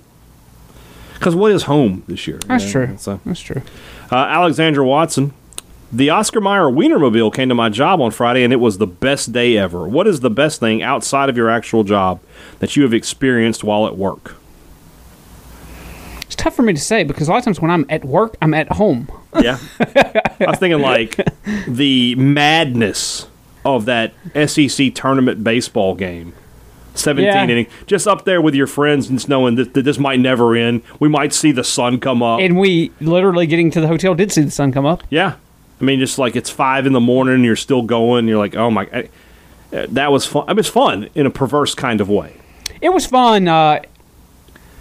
B: Because what is home this year?
C: That's
B: Yeah,
C: true.
B: So.
C: That's true.
B: Uh, Alexandra Watson, the Oscar Mayer Wienermobile came to my job on Friday, and it was the best day ever. What is the best thing outside of your actual job that you have experienced while at work?
C: It's tough for me to say because a lot of times when I'm at work, I'm at home.
B: Yeah, I was thinking like the madness of that SEC tournament baseball game. 17
C: Yeah.
B: inning. Just up there with your friends and just knowing that, that this might never end. We might see the sun come up.
C: And we literally getting to the hotel did see the sun come up.
B: Yeah. I mean, just like it's five in the morning and you're still going. you're like, oh my. I, that was fun. I mean, it's fun in a perverse kind of way.
C: It was fun uh,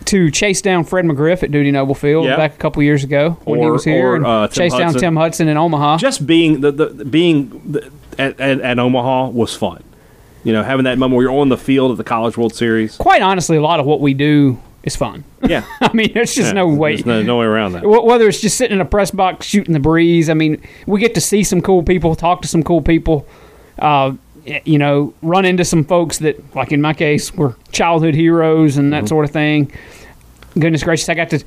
C: to chase down Fred McGriff at Duty Noble Field
B: Yeah.
C: back a couple years ago when he
B: Or-
C: was here.
B: or,
C: and
B: uh, Tim
C: chase
B: Hudson.
C: down Tim Hudson in Omaha.
B: Just being the, the being the, at, at, at Omaha was fun. You know, having that moment where you're on the field at the College World Series.
C: Quite honestly, a lot of what we do is fun. [LAUGHS]
B: Yeah.
C: I mean, there's just
B: Yeah.
C: no way.
B: There's no, no way around
C: [LAUGHS]
B: that.
C: Wh- Whether it's just sitting in a press box shooting the breeze, I mean, we get to see some cool people, talk to some cool people, uh, y- you know, run into some folks that, like in my case, were childhood heroes and that
B: Mm-hmm.
C: sort of thing. Goodness gracious, I got to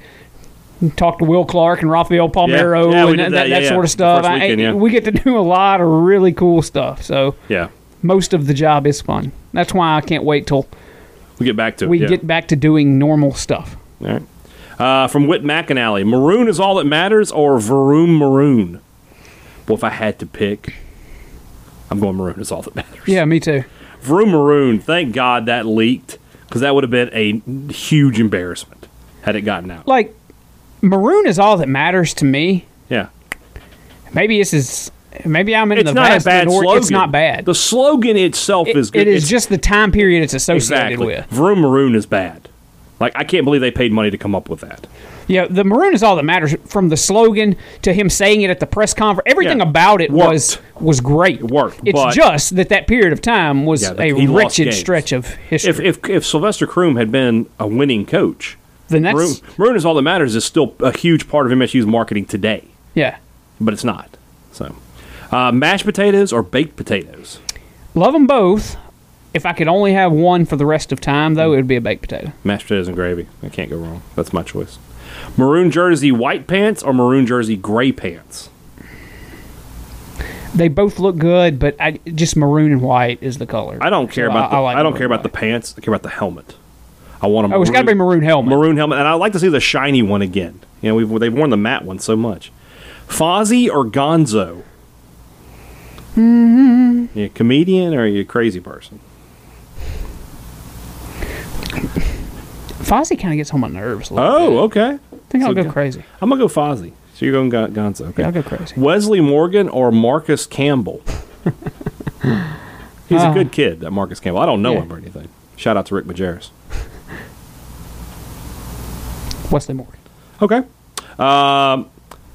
C: talk to Will Clark and Rafael Palmero
B: Yeah, we did
C: and that,
B: that,
C: that,
B: yeah, yeah.
C: sort
B: The
C: of stuff.
B: first
C: I-
B: weekend, yeah.
C: We get to do a lot of really cool stuff. So
B: Yeah.
C: most of the job is fun. That's why I can't wait till
B: We get back to it.
C: we
B: yeah.
C: get back to doing normal stuff.
B: All right. Uh, from Whit McAnally, maroon is all that matters, or Varoom maroon. Well, if I had to pick, I'm going maroon is all that matters.
C: Yeah, me too.
B: Vroom Maroon, thank God that leaked because that would have been a huge embarrassment had it gotten out.
C: Like, maroon is all that matters to me.
B: Yeah.
C: Maybe this is. Maybe I'm in
B: It's
C: the
B: not a
C: vast
B: bad
C: minor-
B: slogan.
C: It's not bad.
B: The slogan itself
C: It-
B: is good.
C: it is
B: It's-
C: just the time period it's associated
B: exactly.
C: with.
B: Vroom Maroon is bad. Like, I can't believe they paid money to come up with that.
C: Yeah, the maroon is all that matters. From the slogan to him saying it at the press conference, everything
B: Yeah.
C: about it
B: Worked.
C: was was great. It
B: worked,
C: It's
B: but-
C: just that that period of time was
B: Yeah, but
C: a
B: he lost
C: wretched
B: games.
C: stretch of history.
B: If, if, if Sylvester Croom had been a winning coach,
C: then that's
B: Maroon, Maroon is all that matters is still a huge part of MSU's marketing today,
C: yeah.
B: but it's not. So, uh, mashed potatoes or baked potatoes?
C: Love them both. If I could only have one for the rest of time, though, it would be a baked potato.
B: mashed potatoes and gravy. I can't go wrong. That's my choice. Maroon jersey, white pants, or maroon jersey, gray pants.
C: They both look good, but I, just maroon and white is the color.
B: I don't care
C: So
B: about. The, I,
C: like
B: don't
C: maroon
B: care about
C: and
B: the pants. I care about the helmet. I want a
C: white. Oh, it's got to be maroon helmet.
B: maroon helmet, and I like to see the shiny one again. You know, we've, they've worn the matte one so much. Fozzie or Gonzo?
C: Mm-hmm.
B: You a comedian or you a crazy person?
C: Fozzie kind of gets on my nerves. A little bit.
B: Oh, okay.
C: I think I'll
B: so
C: go
B: go-
C: crazy.
B: I'm gonna go Fozzie. So you're going Gon- Gonzo? Okay.
C: Yeah, I'll go crazy.
B: Wesley Morgan or Marcus Campbell? He's
C: Uh.
B: a good kid, that Marcus Campbell. I don't know
C: Yeah.
B: him or anything. Shout out to Rick Majerus.
C: Wesley Morgan.
B: Okay. Um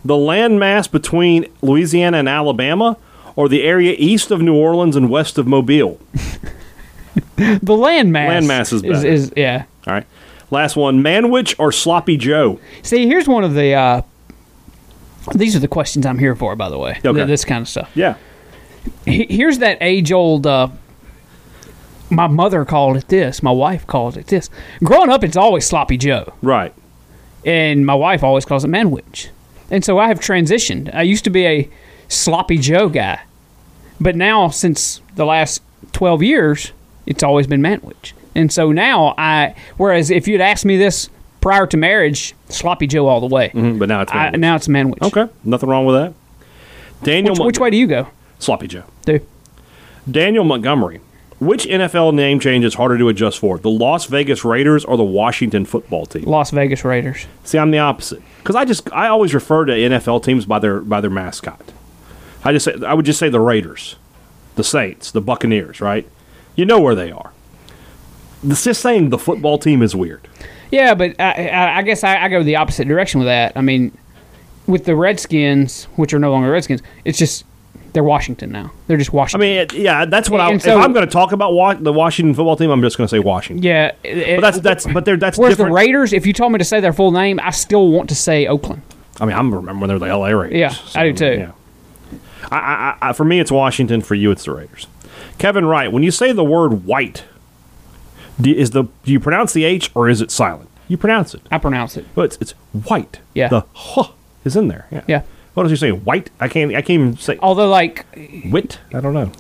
B: the landmass between Louisiana and Alabama, or the area east of New Orleans and west of Mobile.
C: The landmass.
B: Landmass is
C: is,
B: better.
C: is yeah.
B: All right. Last one, Manwich or Sloppy Joe?
C: See, here's one of the. Uh, these are the questions I'm here for, by the way.
B: Okay.
C: Th- This kind of stuff.
B: Yeah.
C: He- here's that age old. Uh, my mother called it this. My wife called it this. Growing up, it's always sloppy Joe,
B: Right.
C: and my wife always calls it man witch. And so I have transitioned. I used to be a sloppy Joe guy, but now since the last twelve years, it's always been man witch. And so now I, whereas if you'd asked me this prior to marriage, sloppy Joe all the way.
B: Mm, But now it's
C: I,
B: Manwich.
C: now it's man witch.
B: okay. Nothing wrong with that. Daniel
C: Which,
B: Mon-
C: which way do you go?
B: Sloppy Joe.
C: Dude,
B: Daniel Montgomery. Which NFL name change is harder to adjust for? The Las Vegas Raiders or the Washington football team?
C: Las Vegas Raiders.
B: See, I'm the opposite because I just I always refer to NFL teams by their by their mascot. I just say, I would just say the Raiders, the Saints, the Buccaneers, right? You know where they are. It's just saying the football team is weird.
C: Yeah, but I, I, I guess I, I go the opposite direction with that. I mean, with the Redskins, which are no longer Redskins, it's just they're Washington now. They're just
B: I
C: Washington.
B: mean, it, yeah, that's what I.
C: And so-
B: if I'm going to talk about wa- the Washington football team, I'm just going to say Washington.
C: yeah,
B: but that's that's but they're that's
C: Whereas
B: different.
C: the Raiders, if you told me to say their full name, I still want to say Oakland.
B: I mean, I'm remember when they're the LA Raiders.
C: Yeah, I do too.
B: Yeah. I, I, I, for me, it's Washington. For you, it's the Raiders. Kevin Wright, when you say the word white, do, is the do you pronounce the H or is it silent? You pronounce it,
C: I pronounce it.
B: but it's, it's white.
C: Yeah.
B: the huh is in there. Yeah.
C: Yeah. Oh.
B: What else you say? White? I can't. I can't even say
C: Although, like
B: wit. I don't know.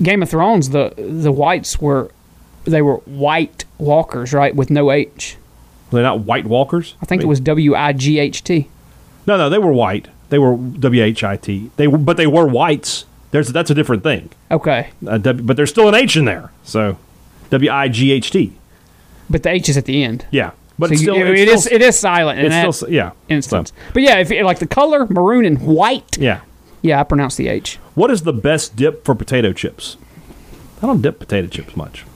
C: Game of Thrones, the the whites were they were White Walkers, right, with no H.
B: They're not White Walkers.
C: I think it was W I G H T.
B: No, no, they were white. They were W H I T. They were- but they were whites. There's that's a different thing.
C: Okay,
B: Uh, w, but there's still an H in there. So W I G H T.
C: but the H is at the end.
B: Yeah, but
C: So
B: it's
C: you-
B: still,
C: it-
B: it's
C: it
B: still,
C: is- it is silent in
B: it's
C: that
B: still s- yeah.
C: instance.
B: So,
C: But yeah, if like the color maroon and white,
B: yeah.
C: yeah, I pronounce the H.
B: What is the best dip for potato chips? I don't dip potato chips much.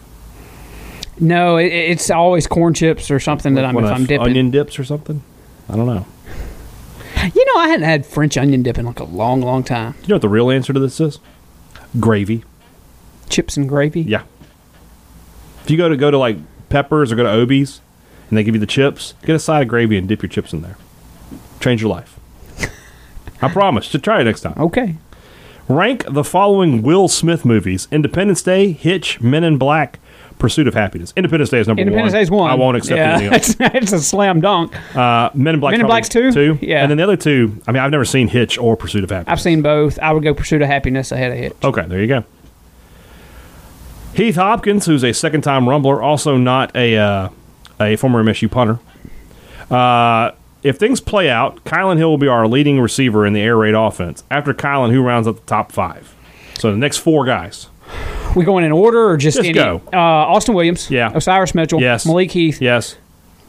C: No, it, it's always corn chips or something that I'm
B: What
C: if
B: else?
C: I'm dipping.
B: onion dips or something. I don't know.
C: You know, I hadn't had French onion dip in like a long, long time.
B: Do you know what the real answer to this is? Gravy.
C: Chips and gravy.
B: Yeah. If you go to go to like Peppers or go to Obies, and they give you the chips, get a side of gravy and dip your chips in there. Change your life. [LAUGHS] I promise to try it next time.
C: Okay.
B: Rank the following Will Smith movies: Independence Day, Hitch, Men in Black, Pursuit of Happiness. Independence Day is number
C: Independence
B: one.
C: Day's one.
B: I won't accept
C: yeah,
B: anything else.
C: [LAUGHS] It's, it's a slam dunk.
B: Uh, Men in Black.
C: Men
B: probably
C: in Black's two?
B: Two.
C: Yeah.
B: And then the other two. I mean, I've never seen Hitch or Pursuit of Happiness.
C: I've seen both. I would go Pursuit of Happiness ahead of Hitch.
B: Okay, there you go. Heath Hopkins, who's a second-time Rumbler, also not a uh, a former MSU punter. Uh, if things play out, Kylan Hill will be our leading receiver in the air raid offense. After Kylan, who rounds up the top five? So the next four guys.
C: We going in order or just,
B: Just
C: any?
B: go.
C: Uh, Austin Williams.
B: Yeah.
C: Osiris Mitchell.
B: Yes.
C: Malik Heath.
B: Yes.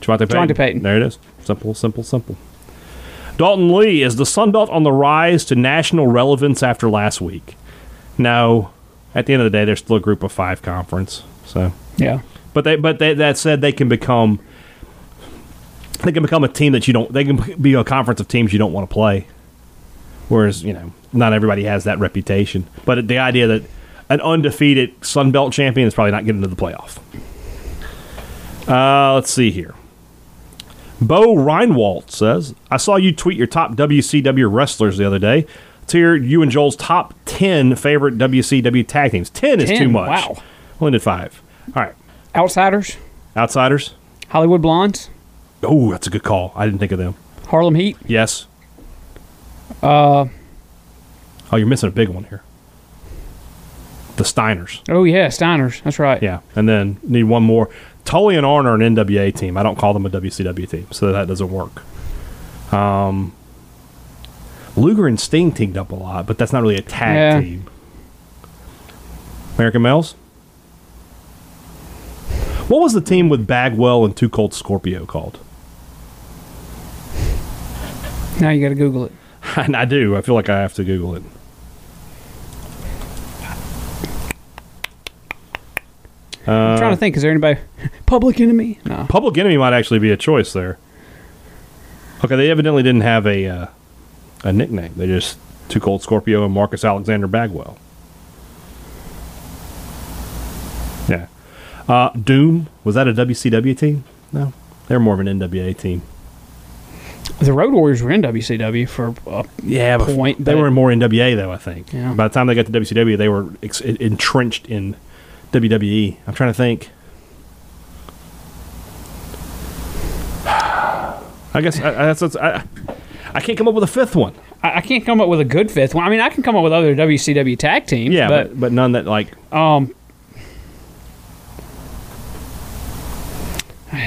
B: Javante Payton.
C: Javonte Payton.
B: There it is. Simple, simple, simple. Dalton Lee, is the Sun Belt on the rise to national relevance after last week? No. At the end of the day, they're still a group of five conference. So
C: Yeah.
B: but they but they, that said they can become they can become a team that you don't they can be a conference of teams you don't want to play. Whereas, you know, not everybody has that reputation. But the idea that an undefeated Sun Belt champion is probably not getting to the playoff. Uh, let's see here. Bo Reinwald says, I saw you tweet your top WCW wrestlers the other day. Let's hear you and Joel's top 10 favorite WCW tag teams. 10 is
C: 10,
B: too much.
C: wow.
B: Only did five. All right.
C: Outsiders.
B: Outsiders.
C: Hollywood Blondes.
B: Oh, that's a good call. I didn't think of them.
C: Harlem Heat.
B: Yes. Uh. Oh, you're missing a big one here. The Steiners.
C: Oh yeah, Steiners. That's right.
B: Yeah, and then need one more. Tully and Arn are an NWA team. I don't call them a WCW team, so that doesn't work. Um, Luger and Sting teamed up a lot, but that's not really a tag
C: Yeah.
B: team. American Males. What was the team with Bagwell and Two Cold Scorpio called?
C: Now you got to Google it.
B: And [LAUGHS] I do. I feel like I have to Google it.
C: I'm trying to think. Is there anybody? [LAUGHS] Public Enemy. No.
B: Uh, Public Enemy might actually be a choice there. Okay, they evidently didn't have a uh, a nickname. They just took Old Scorpio and Marcus Alexander Bagwell. Yeah. Uh, Doom was that a WCW team? No, they're more of an NWA team.
C: The Road Warriors were in WCW for uh,
B: Yeah, but
C: Point,
B: they
C: but-
B: were more NWA though. I think.
C: Yeah.
B: By the time they got to WCW, they were ex- entrenched in WWE. I'm trying to think. I guess I, I, that's, that's, I, I can't come up with a fifth one.
C: I, I can't come up with a good fifth one. I mean, I can come up with other WCW tag teams.
B: Yeah,
C: but
B: but, but none that like
C: Um,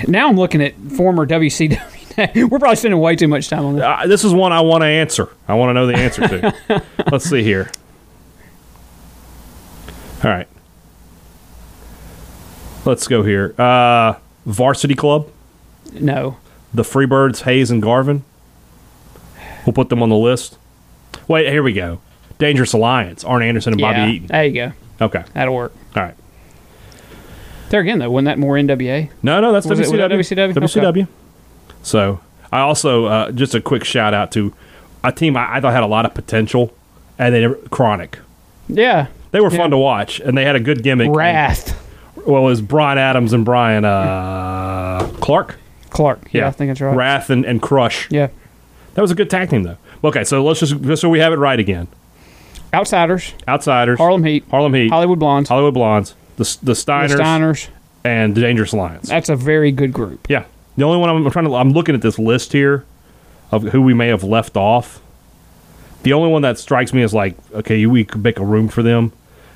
C: now I'm looking at former WCW. [LAUGHS] We're probably spending way too much time on this.
B: uh, this is one I want to answer. I want to know the answer
C: [LAUGHS]
B: to. Let's see here. All right. Let's go here. Uh, Varsity Club,
C: No,
B: the Freebirds, Hayes and Garvin. We'll put them on the list. Wait, here we go. Dangerous Alliance, Arn Anderson and
C: Yeah,
B: Bobby Eaton.
C: There you go.
B: Okay.
C: That'll work.
B: All right.
C: There again, though, wasn't that more NWA?
B: No, no, that's
C: Was it- was that
B: WCW.
C: WCW?
B: WCW. So I also uh, just a quick shout out to a team I, I thought had a lot of potential, and they never, Chronic.
C: Yeah.
B: They were
C: Yeah.
B: fun to watch, and they had a good gimmick.
C: Wrath
B: And- well, it was Brian Adams and Brian uh, Clark.
C: Clark. Yeah, I think that's right.
B: Wrath and, and Crush.
C: Yeah.
B: That was a good tag team though. Okay, so let's just just so we have it right again.
C: Outsiders,
B: Outsiders.
C: Harlem Heat,
B: Harlem Heat.
C: Hollywood Blondes,
B: Hollywood Blondes. The the
C: the
B: Steiners,
C: Steiners.
B: and the Dangerous Alliance.
C: That's a very good group.
B: Yeah. The only one I'm, I'm trying to I'm looking at this list here of who we may have left off. The only one that strikes me is like, okay, we could make a room for them.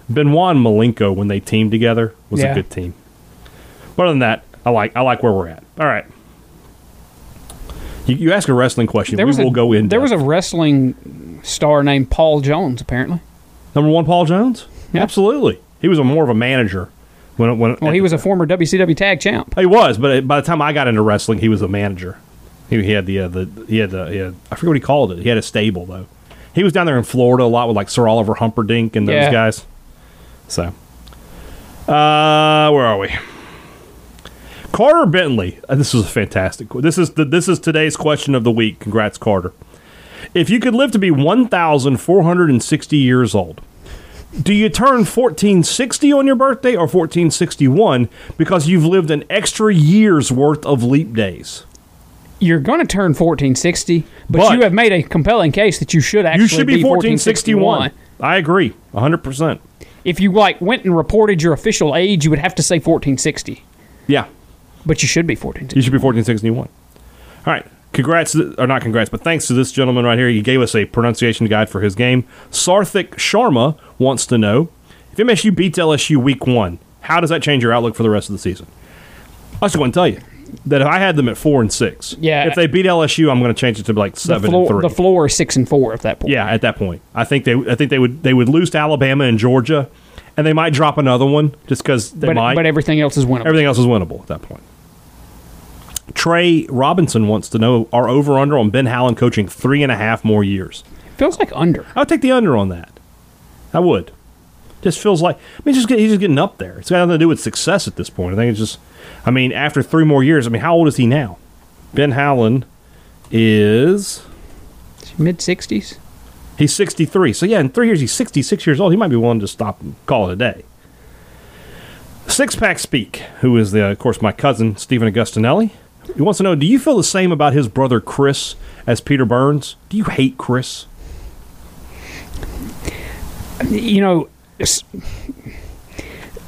B: Benoit and Malenko when they teamed together was
C: Yeah.
B: a good team. But other than that, I like I like where we're at. All right. You, you ask a wrestling question, we will
C: a,
B: go in.
C: There was a
B: depth.
C: wrestling star named Paul Jones, apparently.
B: number one, Paul Jones.
C: Yeah.
B: Absolutely, he was a more of a manager. When when
C: Well, he was a former WCW tag champ.
B: He was, but by the time I got into wrestling, he was a manager. He, he had the, uh, the he had the he had, I forget what he called it. He had a stable though. He was down there in Florida a lot with like Sir Oliver Humperdinck and those
C: Yeah.
B: guys. So, uh, where are we? Carter Bentley. Uh, This is a fantastic. qu- This is the, this is today's question of the week. Congrats, Carter. If you could live to be one thousand four hundred and sixty years old, do you turn 1460 on your birthday or 1461 because you've lived an extra year's worth of leap days?
C: You're going to turn 1460, but,
B: But-
C: you have made a compelling case that you should actually
B: you should be, 1461.
C: 1461.
B: I agree, 100%.
C: If you like went and reported your official age, you would have to say 1460,
B: Yeah,
C: but you should be
B: you
C: 1460.
B: should be 1461. All right, congrats, to- or not congrats, but thanks to this gentleman right here. He gave us a pronunciation guide for his game. Sarthik Sharma wants to know if MSU beats LSU week one, how does that change your outlook for the rest of the season? I just want to tell you that if I had them at four and six,
C: Yeah.
B: if they beat LSU, I'm going to change it to like
C: The
B: seven and
C: floor,
B: three.
C: the floor is six and four at that point.
B: Yeah, at that point, I think they, I think they would, they would lose to Alabama and Georgia, and they might drop another one just because they
C: but,
B: might.
C: but everything else is winnable.
B: Everything else is winnable at that point. Trey Robinson wants to know: Are over under on Ben Howland coaching three and a half more years?
C: Feels like under.
B: I would take the under on that. I would. Just feels like I mean, just get, he's just getting up there. It's got nothing to do with success at this point. I think it's just, I mean, after three more years, I mean, how old is he now? Ben Howland is
C: Mid 60s.
B: He's 63. So, yeah, in three years, he's 66 years old. He might be willing to stop and call it a day. Six Pack Speak, who is, the, uh, of course, my cousin, Stephen Augustinelli, he wants to know Do you feel the same about his brother Chris as Peter Burns? Do you hate Chris?
C: you know, s-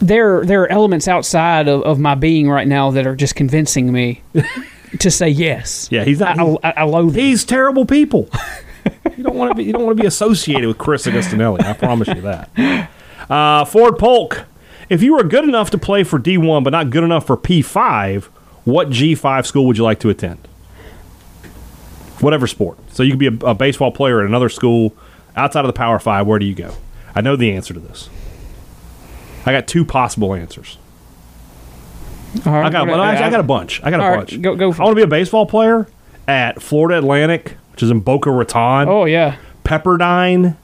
C: there there are elements outside of, of my being right now that are just
B: [LAUGHS]
C: convincing me to say yes.
B: Yeah, he's not.
C: I, I, I loathe it.
B: he's terrible people. you don't want to be. You don't want to be associated with Chris Augustinelli. I promise you that. Uh, Ford Polk, if you were good enough to play for D one but not good enough for P five, what G five school would you like to attend? Whatever sport. So you could be a, a baseball player at another school outside of the Power Five. Where do you go? I know the answer to this. I got two possible answers.
C: All right,
B: I got,
C: what-
B: well, actually, I got a bunch. I got a
C: All right,
B: bunch.
C: go- go for
B: I want to be a baseball player at Florida Atlantic, which is in Boca Raton,
C: Oh yeah,
B: Pepperdine,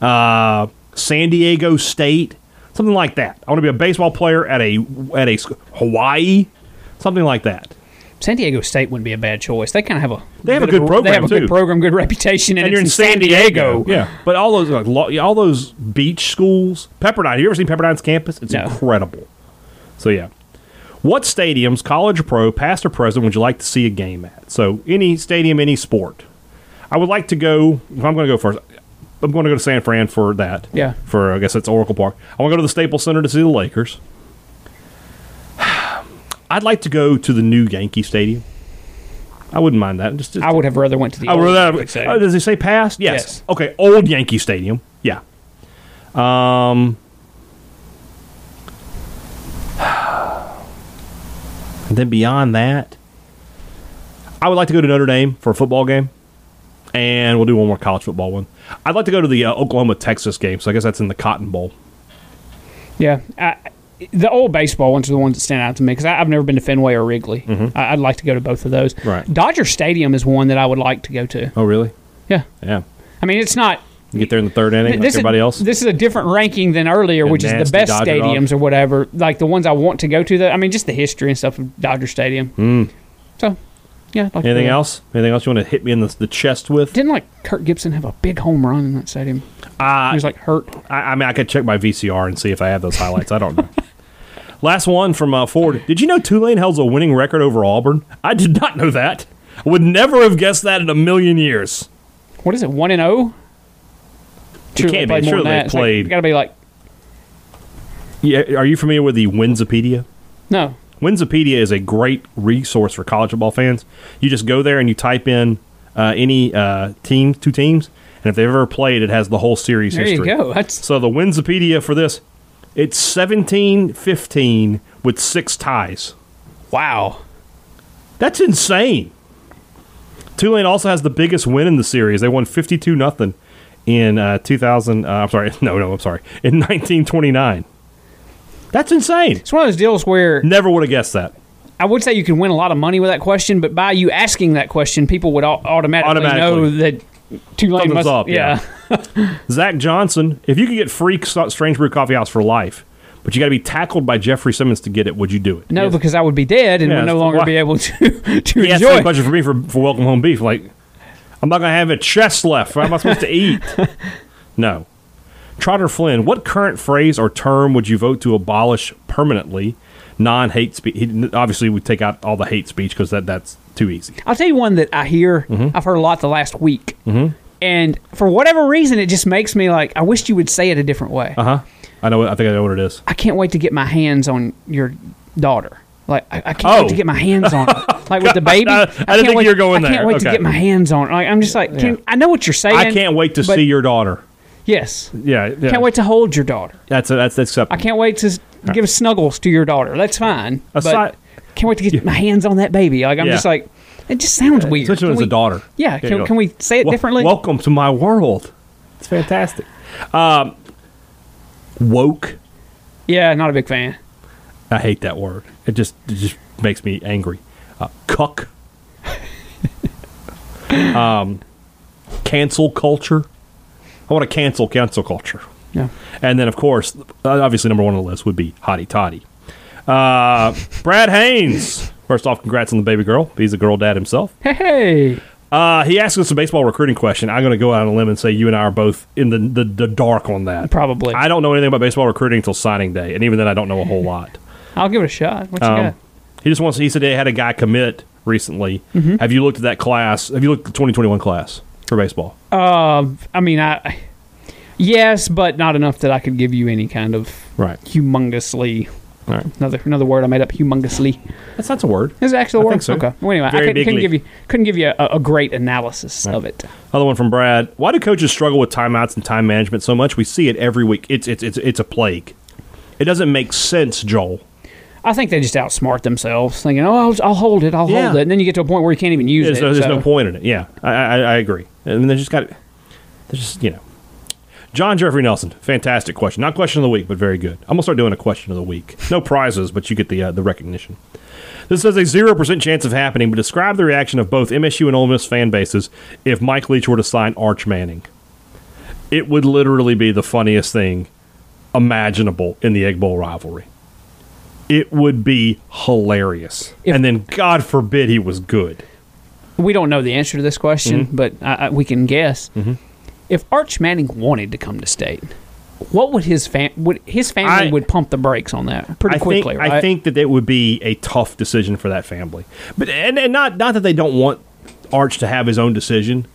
B: uh, San Diego State, something like that. I want to be a baseball player at a at a sc- Hawaii, something like that.
C: San Diego State wouldn't be a bad choice. They kind of have a
B: They have a
C: bit of
B: good program,
C: They have a
B: too.
C: good program, good reputation, and,
B: and you're in
C: it's
B: San Diego.
C: Yeah.
B: Yeah, but all those like, lo- all those beach schools, Pepperdine. You ever seen Pepperdine's campus? It's
C: No.
B: incredible. So yeah, what stadiums, college or pro, past or present, would you like to see a game at? So any stadium, any sport. I would like to go. If I'm going to go first, I'm going to go to San Fran for that.
C: Yeah.
B: For I guess it's Oracle Park. I want to go to the Staples Center to see the Lakers. [SIGHS] I'd like to go to the new Yankee Stadium. I wouldn't mind that. Just, just
C: I would have rather went to the.
B: I
C: old
B: would rather-
C: Yankee Stadium.
B: oh, does it say past? Yes.
C: Yes.
B: Okay, old Yankee Stadium. Yeah. Um. [SIGHS] And then beyond that, I would like to go to Notre Dame for a football game, and we'll do one more college football one. I'd like to go to the uh, Oklahoma Texas game, so I guess that's in the Cotton Bowl.
C: Yeah, I, the old baseball ones are the ones that stand out to me because I've never been to Fenway or Wrigley. I, I'd like to go to both of those.
B: Mm-hmm. Right.
C: Dodger Stadium is one that I would like to go to.
B: Oh, really?
C: Yeah,
B: Yeah.
C: I mean it's not.
B: You get there in the third inning, like
C: this
B: everybody
C: is,
B: else.
C: This is a different ranking than earlier,
B: Yeah,
C: which is the
B: nasty
C: best
B: Dodger
C: stadiums
B: dogs.
C: or whatever. Like the ones I want to go to. Though I mean, just the history and stuff of Dodger Stadium. So, yeah. I'd Like to
B: Hmm. Anything
C: go.
B: else? Anything else you want to hit me in the, the chest with?
C: Didn't like Kurt Gibson have a big home run in that stadium?
B: Uh,
C: He was like hurt.
B: I, I mean, I could check my VCR and see if I have those highlights. I don't
C: [LAUGHS]
B: know. Last one from uh, Ford. Did you know Tulane holds a winning record over Auburn? I did not know that. I would never have guessed that in a million years.
C: What is it? One and oh? zero. Surely
B: can't be.
C: played more
B: Surely
C: than
B: they
C: that. It's like-
B: played-
C: Got to be like
B: Yeah, are you familiar with the Winsipedia?
C: no.
B: Winsipedia is a great resource for college football fans. You just go there and you type in uh, any uh, team, two teams, and if they've ever played, it has the whole series
C: There
B: history.
C: you go. That's
B: So the Winsipedia for this, it's 17-15 with six ties.
C: wow.
B: That's insane. Tulane also has the biggest win in the series. They won 52 nothing in uh, 2000. Uh, I'm sorry. [LAUGHS] No, no, I'm sorry. In 1929. That's insane.
C: It's one of those deals where
B: Never would have guessed that.
C: I would say you can win a lot of money with that question, but by you asking that question, people would au- automatically,
B: Automatically.
C: know that Tulane
B: Thumbs
C: must.
B: up,
C: yeah.
B: yeah. Zach Johnson, if you could get free St- Strange Brew Coffee House for life, but you got to be tackled by Jeffrey Simmons to get it, would you do it?
C: No,
B: Yes.
C: because I would be dead and
B: Yeah,
C: would no
B: that's
C: longer
B: why-
C: be able to [LAUGHS] to
B: he asked
C: enjoy.
B: that question for me for, for welcome home beef. Like, I'm not gonna have a chest left. What am I supposed to
C: [LAUGHS]
B: eat? No. Trotter Flynn, what current phrase or term would you vote to abolish permanently? Non-hate speech. Obviously, we take out all the hate speech because that that's too easy.
C: I'll tell you one that I hear.
B: Mm-hmm.
C: I've heard a lot the last week, and for whatever reason, it just makes me like I wish you would say it a different way.
B: Uh huh. I know. I think I know what it is.
C: I can't wait to get my hands on your daughter. Like I, I can't
B: Oh.
C: wait to get my hands on her.
B: [LAUGHS]
C: Like with the baby,
B: I
C: can't
B: didn't think
C: wait-
B: you were going
C: I can't
B: there.
C: wait
B: Okay.
C: to get my hands on. her. Like I'm just like, can, I know what you're saying.
B: I can't wait to
C: but-
B: see your daughter.
C: Yes,
B: Yeah. yeah.
C: can't wait to hold your daughter.
B: That's that's that's
C: I
B: acceptable.
C: can't wait to s- give snuggles to your daughter. That's fine.
B: Aside-
C: but can't wait to get my hands on that baby. Like I'm
B: Yeah.
C: just like, it just sounds weird.
B: Especially when it's
C: Can
B: a
C: we-
B: daughter.
C: Yeah.
B: There you
C: Can,
B: go.
C: can we say it
B: Wel-
C: differently?
B: Welcome to my world. It's fantastic. Um, woke.
C: yeah. Not a big fan.
B: I hate that word. It just it just makes me angry. Uh, cuck. um, cancel culture. I want to cancel cancel culture.
C: Yeah.
B: And then, of course, uh, obviously, number one on the list would be Hottie Toddy. Uh, Brad Haynes. First off, congrats on the baby girl. He's a girl dad himself.
C: Hey. hey.
B: Uh, he asked us a baseball recruiting question. I'm going to go out on a limb and say you and I are both in the, the, the dark on that.
C: Probably.
B: I don't know anything about baseball recruiting until signing day, and even then, I don't know a whole lot.
C: I'll give it a shot. What you
B: Um,
C: got?
B: He just wants. He said they had a guy commit recently.
C: Mm-hmm.
B: Have you looked at that class? Have you looked at the 2021 class for baseball?
C: Oh. I mean, I yes, but not enough that I could give you any kind of
B: Right.
C: humongously
B: All right.
C: another another word I made up humongously.
B: That's that's a word.
C: Is it actually a
B: I
C: word?
B: think so.
C: Okay. Well, anyway,
B: Very
C: I couldn't,
B: big
C: couldn't give
B: league.
C: you couldn't give you a, a great analysis of it.
B: Another one from Brad. Why do coaches struggle with timeouts and time management so much? We see it every week. It's it's it's it's a plague. It doesn't make sense, Joel.
C: I think they just outsmart themselves, thinking, "Oh, I'll, I'll hold it, I'll
B: Yeah.
C: hold it," and then you get to a point where you can't even use
B: There's,
C: it.
B: no, there's
C: so-
B: no point in it. Yeah, I, I, I agree. And they just got, they're just you know, John Jeffrey Nelson, fantastic question. Not question of the week, but very good. I'm gonna start doing a question of the week. No prizes, but you get the uh, the recognition. This has a zero percent chance of happening, but describe the reaction of both MSU and Ole Miss fan bases if Mike Leach were to sign Arch Manning. It would literally be the funniest thing imaginable in the Egg Bowl rivalry. It would be hilarious.
C: If-
B: and then, God forbid, he was good.
C: We don't know the answer to this question,
B: Mm-hmm.
C: but I, I, we can guess. If Arch Manning wanted to come to state, what would his fam- would his family
B: I-
C: would pump the brakes on that pretty
B: I
C: quickly?
B: think,
C: right?
B: I think that it would be a tough decision for that family. But and, and not not that they don't want Arch to have his own decision,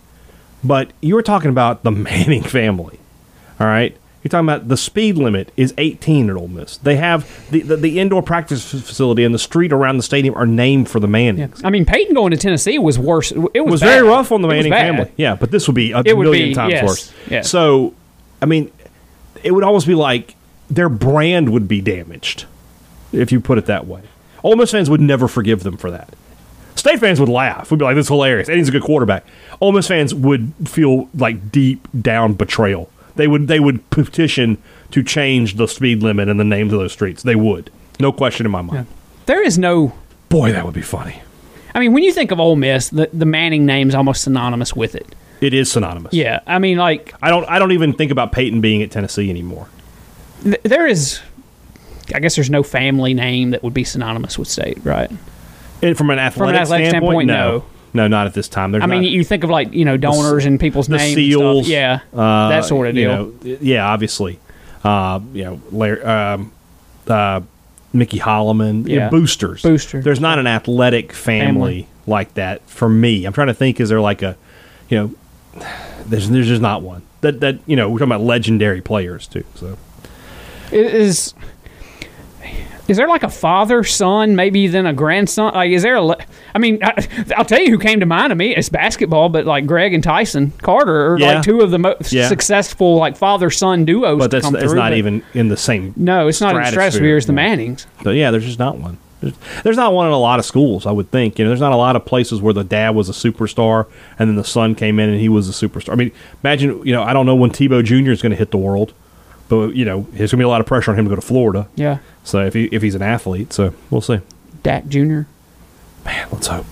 B: but you were talking about the [LAUGHS] Manning family. All right. You're talking about the speed limit is 18 at Ole Miss. They have the, the, the indoor practice f- facility and the street around the stadium are named for the Mannings.
C: I mean, Peyton going to Tennessee was worse. It was,
B: It was
C: bad.
B: very rough on the
C: It was
B: Manning
C: bad.
B: family. Yeah, but this would be a
C: It would
B: million
C: be-
B: times
C: yes,
B: worse.
C: yes.
B: So, I mean, it would almost be like their brand would be damaged, if you put it that way. Ole Miss fans would never forgive them for that. State fans would laugh. We'd be like, "This is hilarious." And he's a good quarterback. Ole Miss fans would feel like deep down betrayal. They would they would petition to change the speed limit and the names of those streets. They would, no question in my mind.
C: There is no.
B: Boy, that would be funny.
C: I mean, when you think of Ole Miss, the, the Manning name's almost synonymous with it.
B: It is synonymous.
C: Yeah, I mean, like
B: I don't. I don't even think about Peyton being at Tennessee anymore.
C: th- there is. I guess there's no family name that would be synonymous with state, right?
B: And from an athletic,
C: athletic
B: standpoint, no.
C: standpoint,
B: no, not at this time. There's
C: I mean,
B: not,
C: you think of like you know donors and people's
B: the
C: names,
B: seals,
C: and stuff. yeah,
B: uh,
C: that sort of
B: you
C: deal.
B: know, yeah, obviously. Uh, you know, Larry, um, uh, Mickey Holloman, you know,
C: Yeah.
B: boosters,
C: Booster.
B: There's not an athletic family,
C: Family.
B: like that for me. I'm trying to think. Is there like a, you know, there's there's just not one that that you know we're talking about legendary players too. So
C: It is is there like a father son maybe then a grandson like is there a le- i mean I, i'll tell you who came to mind to me it's basketball but like greg and tyson carter are
B: Yeah.
C: like two of the most
B: Yeah.
C: successful like father son duos
B: but
C: to
B: that's
C: come
B: it's
C: through,
B: not
C: but-
B: even in the same.
C: no it's not in
B: stratosphere,
C: stratosphere it's the
B: no.
C: mannings
B: So yeah, there's just not one. There's, there's not one in a lot of schools, I would think. You know, there's not a lot of places where the dad was a superstar and then the son came in and he was a superstar. I mean, imagine you know, I don't know when Tebow Jr. is going to hit the world, but you know, there's going to be a lot of pressure on him to go to Florida.
C: yeah
B: So if he if he's an athlete, so we'll see.
C: dak jr
B: Man, let's hope.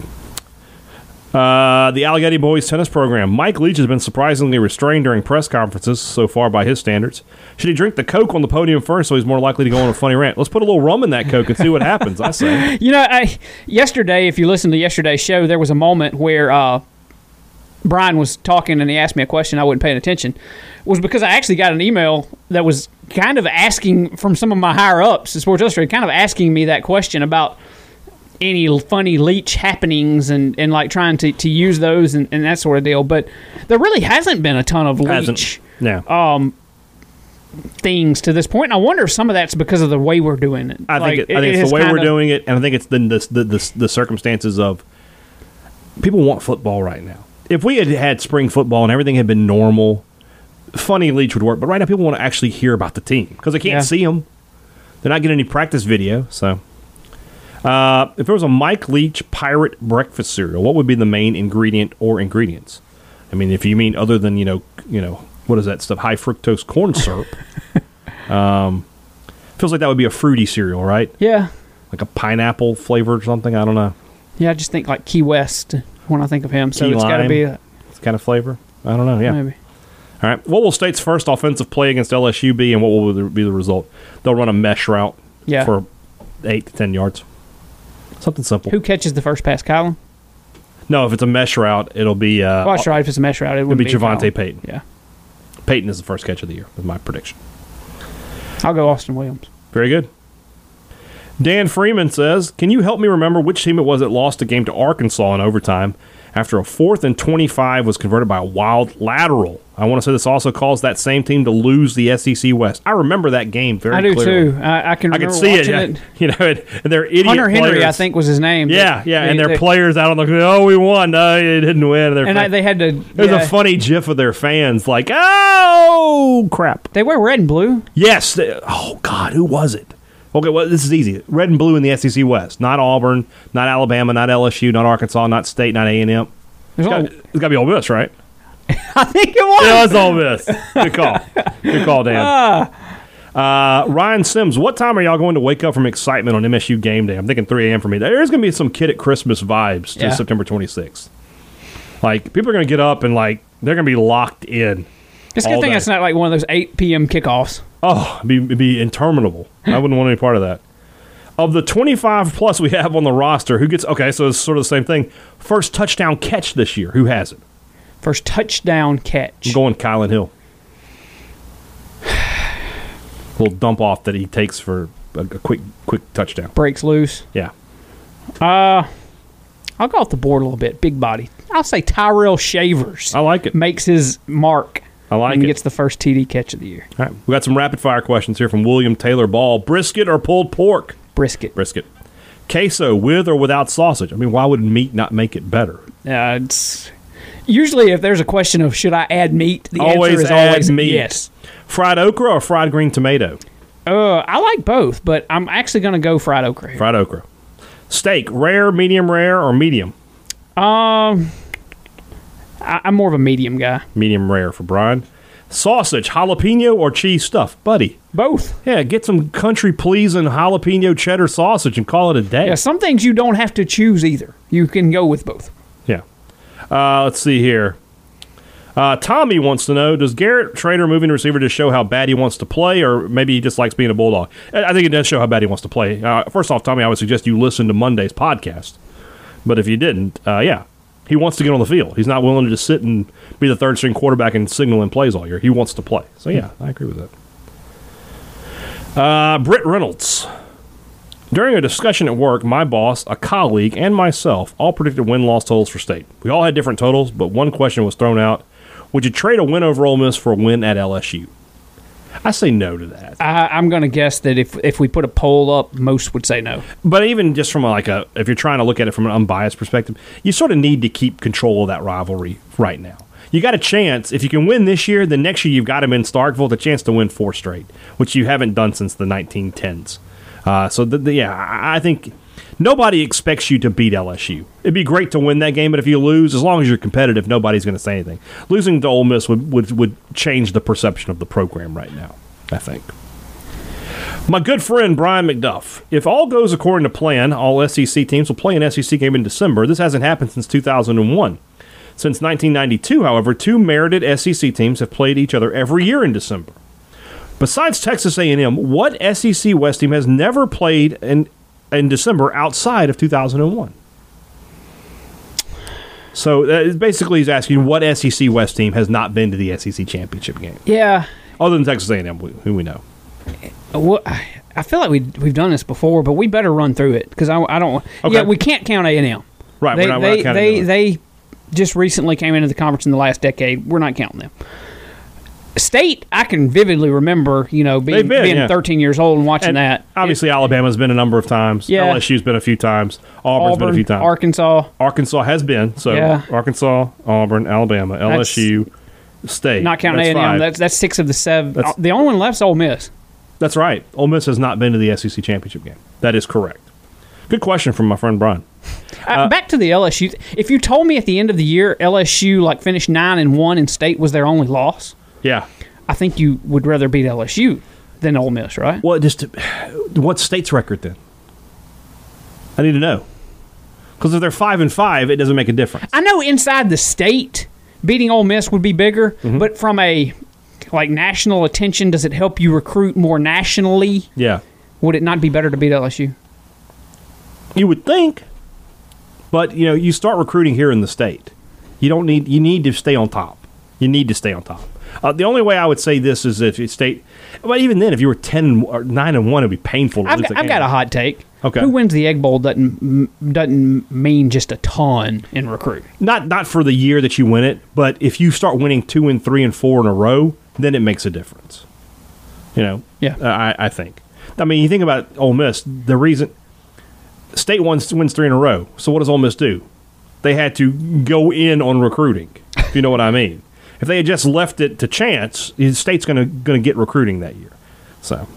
B: Uh, the Allegheny Boys Tennis Program. Mike Leach has been surprisingly restrained during press conferences so far by his standards. Should he drink the Coke on the podium first so he's more likely to go on a funny rant? Let's put a little rum in that Coke and see what happens, I say.
C: You know, I, yesterday, if you listen to yesterday's show, there was a moment where uh, Brian was talking and he asked me a question. I wasn't paying attention. It was because I actually got an email that was kind of asking from some of my higher ups at Sports Illustrated, kind of asking me that question about any l- funny leech happenings and, and like trying to, to use those and, and that sort of deal. But there really hasn't been a ton of leech
B: Hasn't. No.
C: Oh, things to this point. And I wonder if some of that's because of the way we're doing it.
B: I think
C: Like,
B: it, I think it's
C: has
B: the way we're
C: kinda-
B: doing it, and I think it's the the, the the the circumstances of people want football right now. If we had had spring football and everything had been normal, funny leech would work. But right now, people want to actually hear about the team because they can't
C: Yeah.
B: see 'em. see them. They're not getting any practice video. So, uh, if there was a Mike Leach pirate breakfast cereal, what would be the main ingredient or ingredients? I mean, if you mean other than you know you know what is that stuff? High fructose corn
C: [LAUGHS]
B: syrup. um, feels like that would be a fruity cereal, right?
C: Yeah.
B: like a pineapple flavor or something. I don't know.
C: Yeah, I just think like Key West when I think of him. So
B: Key
C: it's got
B: lime.
C: to be a,
B: It's kind of flavor. I don't know. Yeah.
C: maybe.
B: All right. What will State's first offensive play against LSU be, and what will the- be the result? They'll run a mesh route.
C: Yeah.
B: For eight to ten yards. Something simple.
C: Who catches the first pass, Colin?
B: No, if it's a mesh route, it'll be uh,
C: Oh, that's right. If it's a mesh route, it would
B: be
C: be,
B: Javante
C: Colin.
B: Payton.
C: Yeah,
B: Peyton is the first catch of the year. Is my prediction.
C: I'll go Austin Williams.
B: Very good. Dan Freeman says, "Can you help me remember which team it was that lost a game to Arkansas in overtime after a fourth and twenty-five was converted by a wild lateral? I want to say this also caused that same team to lose the SEC West. I remember that game very.
C: I do
B: clearly.
C: too. I, I can.
B: I could
C: Remember
B: see it,
C: watching
B: yeah.
C: it.
B: [LAUGHS] You know, and, and their idiot
C: Hunter Henry,
B: players.
C: I think, was his name. but
B: Yeah, yeah, and
C: they-
B: their
C: they-
B: players out on the oh, we won, no, it didn't win. And, their
C: And I,
B: fan-
C: they had to.
B: there's
C: yeah.
B: a funny GIF of their fans like, oh crap.
C: They wear red and blue.
B: Yes. they- oh God, who was it? Okay, well, this is easy. Red and blue in the SEC West. Not Auburn, not Alabama, not LSU, not Arkansas, not State, not A and M.
C: There's
B: [LAUGHS]
C: all-
B: It's got to be Ole Miss, right?
C: I think it was.
B: It was Ole Miss. Good call. Good call, Dan. Uh, Ryan Sims, what time are y'all going to wake up from excitement on MSU game day? I'm thinking 3 a.m. for me. There's going to be some kid at Christmas vibes to
C: Yeah.
B: September 26th. Like people are going to get up and like they're going to be locked in.
C: It's a
B: all
C: good thing
B: day.
C: it's not like one of those 8 p.m. kickoffs.
B: Oh, it'd be, it'd be interminable. I wouldn't want any part of that. Of the 25 plus we have on the roster, who gets okay? So it's sort of the same thing. First touchdown catch this year. Who has it?
C: First touchdown catch.
B: I'm going Kylan Hill. [SIGHS] Little dump off that he takes for a, a quick quick touchdown.
C: Breaks loose.
B: Yeah,
C: I'll go off the board a little bit. Big body. I'll say Tyrell Shavers
B: I like it.
C: makes his mark.
B: I like
C: and
B: it.
C: gets the first TD catch of the year.
B: All right, we got some rapid fire questions here from William Taylor Ball. Brisket or pulled pork?
C: Brisket.
B: Brisket. Queso with or without sausage? I mean, why would meat not make it better?
C: Uh, it's usually if there's a question of should I add meat, the
B: Always
C: answer is
B: add
C: always
B: meat.
C: yes.
B: Fried okra or fried green tomato?
C: Uh, I like both, but I'm actually going to go fried okra. here.
B: Fried okra. Steak, rare, medium rare, or medium?
C: I, I'm more of a medium guy.
B: Medium rare for Brian. Sausage, jalapeno, or cheese stuff? Buddy.
C: Both.
B: Yeah, get some country pleasing jalapeno cheddar sausage and call it a day.
C: Yeah, some things you don't have to choose either. You can go with both.
B: Yeah. Uh, let's see here. Uh, Tommy wants to know: Does Garrett Trainer moving to receiver just show how bad he wants to play, or maybe he just likes being a bulldog? I I think it does show how bad he wants to play. Uh, first off, Tommy, I would suggest you listen to Monday's podcast. But if you didn't, uh, yeah, he wants to get on the field. He's not willing to just sit and be the third string quarterback and signal and plays all year. He wants to play. So yeah, I agree with that. Uh, Britt Reynolds. During a discussion at work, my boss, a colleague, and myself all predicted win loss totals for state. We all had different totals, but one question was thrown out Would you trade a win over Ole Miss for a win at LSU? I say no to that.
C: I, I'm going to guess that if if we put a poll up, most would say no.
B: But even just from like a, if you're trying to look at it from an unbiased perspective, you sort of need to keep control of that rivalry right now. You got a chance. If you can win this year, then next year you've got them in Starkville, the chance to win four straight, which you haven't done since the 1910s. Uh, so, the, the, yeah, I I think nobody expects you to beat LSU. It'd be great to win that game, but if you lose, as long as you're competitive, nobody's going to say anything. Losing to Ole Miss would, would, would change the perception of the program right now, I think. My good friend Brian McDuff. If all goes according to plan, all SEC teams will play an SEC game in December. This hasn't happened since 2001. Since 1992, however, two merited SEC teams have played each other every year in December. Besides Texas A&M, what SEC West team has never played in in December outside of 2001? So that is basically, he's asking what SEC West team has not been to the SEC championship game,
C: Yeah,
B: other than Texas A&M, who who we know.
C: well, I Uh, I feel like we we've done this before, but we better run through it because I, I don't.
B: Okay.
C: Yeah, we can't count A and M.
B: Right,
C: They
B: we're not, we're
C: they
B: not counting
C: they,
B: them.
C: they just recently came into the conference in the last decade. We're not counting them. State, I can vividly remember, you know, being,
B: They've been,
C: being
B: yeah.
C: 13 years old and watching
B: And
C: that.
B: Obviously, Alabama's been a number of times.
C: Yeah.
B: LSU's been a few times. Auburn's
C: Auburn,
B: been a few times.
C: Arkansas,
B: Arkansas has been. So
C: Yeah.
B: Arkansas, Auburn, Alabama,
C: That's-
B: LSU, State.
C: not counting
B: that's
C: A&M.
B: five.
C: That's that's six of the seven.
B: That's-
C: the only one left's Ole Miss. Uh,
B: That's right. Ole Miss has not been to the SEC championship game. That is correct. Good question from my friend Brian.
C: Uh, back to the LSU. If you told me at the end of the year LSU like finished nine and one and State was their only loss,
B: Yeah.
C: I think you would rather beat LSU than Ole Miss, right?
B: Well, just what's State's record then? I need to know. Because if they're five and five, it doesn't make a difference.
C: I know inside the state, beating Ole Miss would be bigger,
B: Mm-hmm.
C: but from a like national attention, does it help you recruit more nationally?
B: Yeah.
C: Would it not be better to beat LSU?
B: You would think, but you know, you start recruiting here in the state. You don't need. You need to stay on top. You need to stay on top. Uh, the only way I would say this is if you state, but even then, if you were ten and or nine and one, it'd be painful. To
C: I've
B: lose
C: got,
B: that
C: I've got a
B: game.
C: hot take.
B: Okay.
C: Who wins the Egg Bowl doesn't m- doesn't mean just a ton in recruiting.
B: not not for the year that you win it, but if you start winning two and three and four in a row, then it makes a difference. You know,
C: Yeah.
B: uh, I I think. I mean, you think about Ole Miss. The reason State wins wins three in a row. So what does Ole Miss do? They had to go in on recruiting. If you know what I mean. If they had just left it to chance, State's going to going to get recruiting that year. So.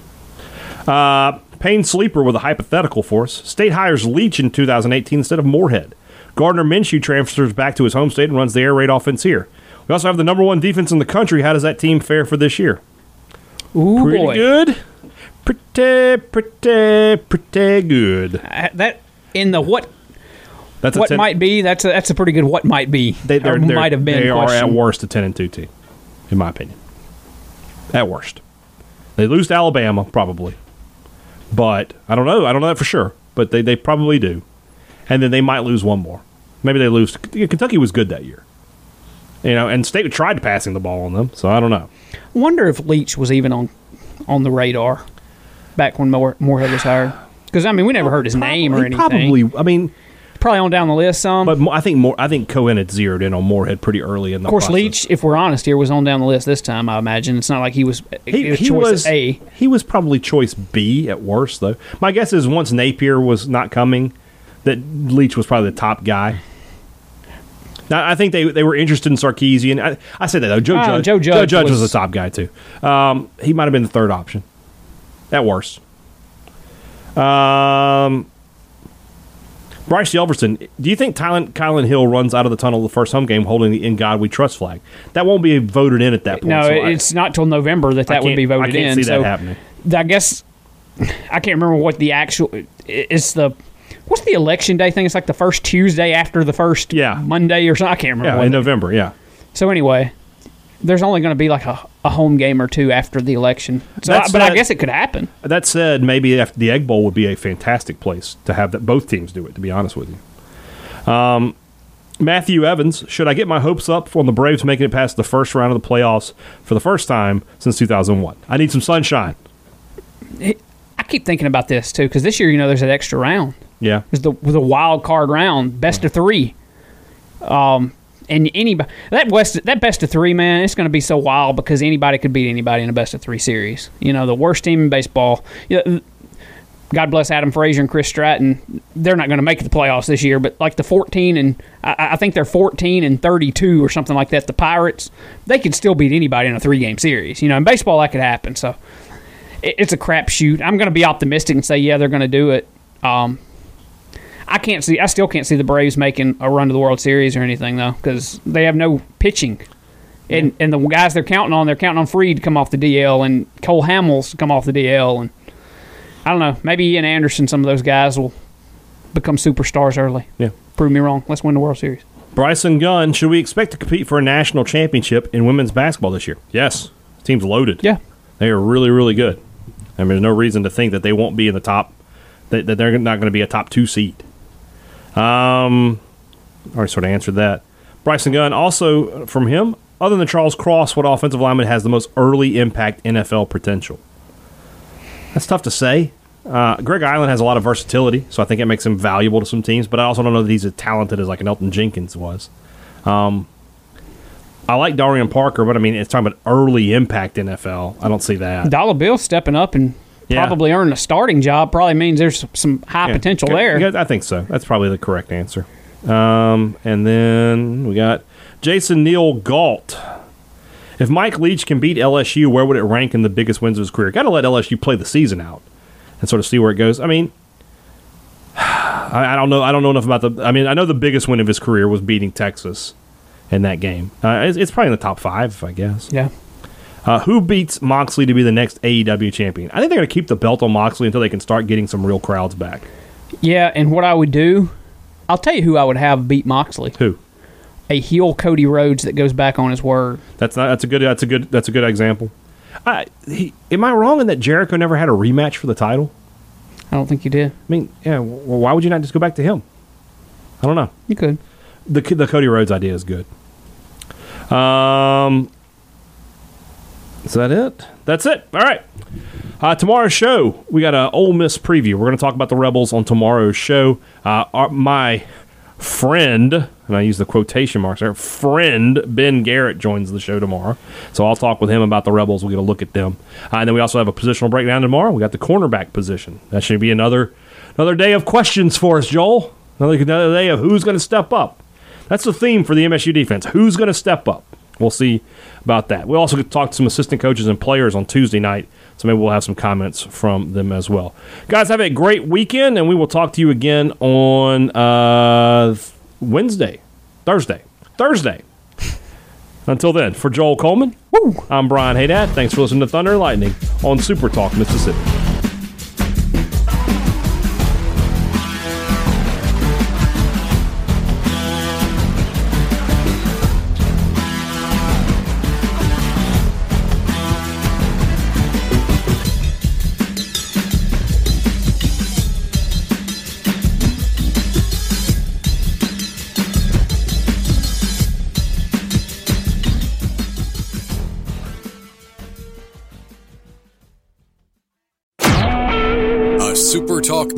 B: Uh, Payne Sleeper with a hypothetical for us. State hires Leach in 2018 instead of Moorhead. Gardner Minshew transfers back to his home state and runs the air raid offense here. We also have the number one defense in the country. How does that team fare for this year?
C: Ooh
B: Pretty
C: boy,
B: good. Pretty, pretty, pretty good.
C: I- Uh, that in the what
B: That's a
C: what
B: 10
C: might be that's a, that's a pretty good what might be
B: They,
C: or
B: they're, they're-
C: might have been
B: They
C: question.
B: are at worst a ten and two team, in my opinion. At worst, they lose to Alabama probably, But I don't know. I don't know that for sure. But they, they probably do. And then they might lose one more. Maybe they lose. Kentucky was good that year. You know, and State tried passing the ball on them. So I don't know.
C: Wonder if Leach was even on on the radar back when Moore, Moorhead was hired. Because I mean, we never heard his name or
B: He
C: anything. Probably,
B: Probably. I mean,
C: on down the list some.
B: but Mo- I think more. I think Cohen had zeroed in on Moorhead pretty early in the
C: of course,
B: process.
C: Leach, if we're honest here, was on down the list this time. I imagine it's not like he was.
B: He,
C: was
B: he
C: choice
B: was
C: A.
B: He was probably choice B at worst, though. My guess is once Napier was not coming, that Leach was probably the top guy. Now, I think they, they were interested in Sarkeesian. I, I said that though. Joe
C: Ah,
B: Judge,
C: Joe Judge
B: was,
C: was-
B: the top guy too. Um, he might have been the third option, at worst. Um, Bryce Yelverson, do you think Tylen, Kylan Hill runs out of the tunnel the first home game holding the "In God We Trust" flag? That won't be voted in at that point.
C: No,
B: so I-
C: it's not till November that
B: I
C: that would
B: can't-
C: be voted
B: I can't
C: in.
B: see
C: so
B: that happening.
C: I guess [LAUGHS] I can't remember what the actual. It's the what's the election day thing? It's like the first Tuesday after the first
B: Yeah.
C: Monday or something. I can't remember.
B: Yeah,
C: what
B: in
C: the-
B: November. Yeah,
C: So anyway, there's only going to be like a, a home game or two after the election. So, I,
B: That's
C: but I
B: not-
C: guess it could happen.
B: That said, maybe after the Egg Bowl would be a fantastic place to have that both teams do it. To be honest with you, um, Matthew Evans, should I get my hopes up on the Braves making it past the first round of the playoffs for the first time since 2001? I need some sunshine.
C: I keep thinking about this too because this year, you know, there's an extra round.
B: Yeah,
C: There's the the wild card round, best of three. Um, and anybody that west that best of three, man, it's going to be so wild because anybody could beat anybody in a best of three series. You know, the worst team in baseball. You know, God bless Adam Frazier and Chris Stratton. They're not going to make the playoffs this year, but like the 14 and I, I think they're 14 and 32 or something like that. The Pirates, they could still beat anybody in a three game series. You know, in baseball that could happen. So it, it's a crapshoot. I'm going to be optimistic and say, yeah, they're going to do it. Um, I can't see. I still can't see the Braves making a run to the World Series or anything though, because they have no pitching, and and the guys they're counting on, they're counting on Freed to come off the DL and Cole Hamels to come off the DL, and I don't know. Maybe Ian Anderson, some of those guys will become superstars early.
B: yeah.
C: Prove me wrong. Let's win the World Series.
B: Bryson Gunn, should we expect to compete for a national championship in women's basketball this year? Yes, the team's loaded.
C: Yeah.
B: they are really really good. I mean, there's no reason to think that they won't be in the top. That, that they're not going to be a top two seed. Um, I already sort of answered that. Bryson Gunn also uh, from him. Other than Charles Cross, what offensive lineman has the most early impact NFL potential? That's tough to say. Uh, Greg Island has a lot of versatility, so I think it makes him valuable to some teams. But I also don't know that he's as talented as like an Elton Jenkins was. Um, I like Darian Parker, but I mean, it's talking about early impact NFL. I don't see that.
C: Dollar Bill stepping up and
B: Yeah.
C: probably earning a starting job probably means there's some high
B: Yeah.
C: potential
B: Yeah,
C: there.
B: yeah, I think so. That's probably the correct answer. Um, and then we got Jason Neal Galt. If Mike Leach can beat LSU, where would it rank in the biggest wins of his career? Got to let LSU play the season out and sort of see where it goes. I mean, [SIGHS] I, I don't know. I don't know enough about the. I mean, I know the biggest win of his career was beating Texas in that game. Uh, it's, it's probably in the top five, I guess.
C: yeah.
B: Uh, who beats Moxley to be the next AEW champion? I think they're going to keep the belt on Moxley until they can start getting some real crowds back.
C: Yeah, and what I would do, I'll tell you who I would have beat Moxley.
B: Who?
C: A heel Cody Rhodes that goes back on his word.
B: That's not. That's a good. That's a good. That's a good example. I, he, am I wrong in that Jericho never had a rematch for the title?
C: I don't think you did.
B: I mean, yeah. Well, why would you not just go back to him? I don't know.
C: You could.
B: The the Cody Rhodes idea is good. Um, is that it? That's it. All right. Uh, tomorrow's show, we got a Ole Miss preview. We're going to talk about the Rebels on tomorrow's show. Uh, our, my friend, and I use the quotation marks there, friend Ben Garrett joins the show tomorrow. So I'll talk with him about the Rebels. We'll get a look at them. Uh, and then we also have a positional breakdown tomorrow. We got the cornerback position. That should be another another day of questions for us, Joel. Another, another day of who's going to step up. That's the theme for the MSU defense. Who's going to step up? We'll see about that. We'll also get to talk to some assistant coaches and players on Tuesday night, so maybe we'll have some comments from them as well. Guys, have a great weekend, and we will talk to you again on uh, Wednesday, Thursday, Thursday. [LAUGHS] Until then, for Joel Coleman, I'm Brian Haydad. Thanks for listening to Thunder and Lightning on Super Talk Mississippi.
A: Talk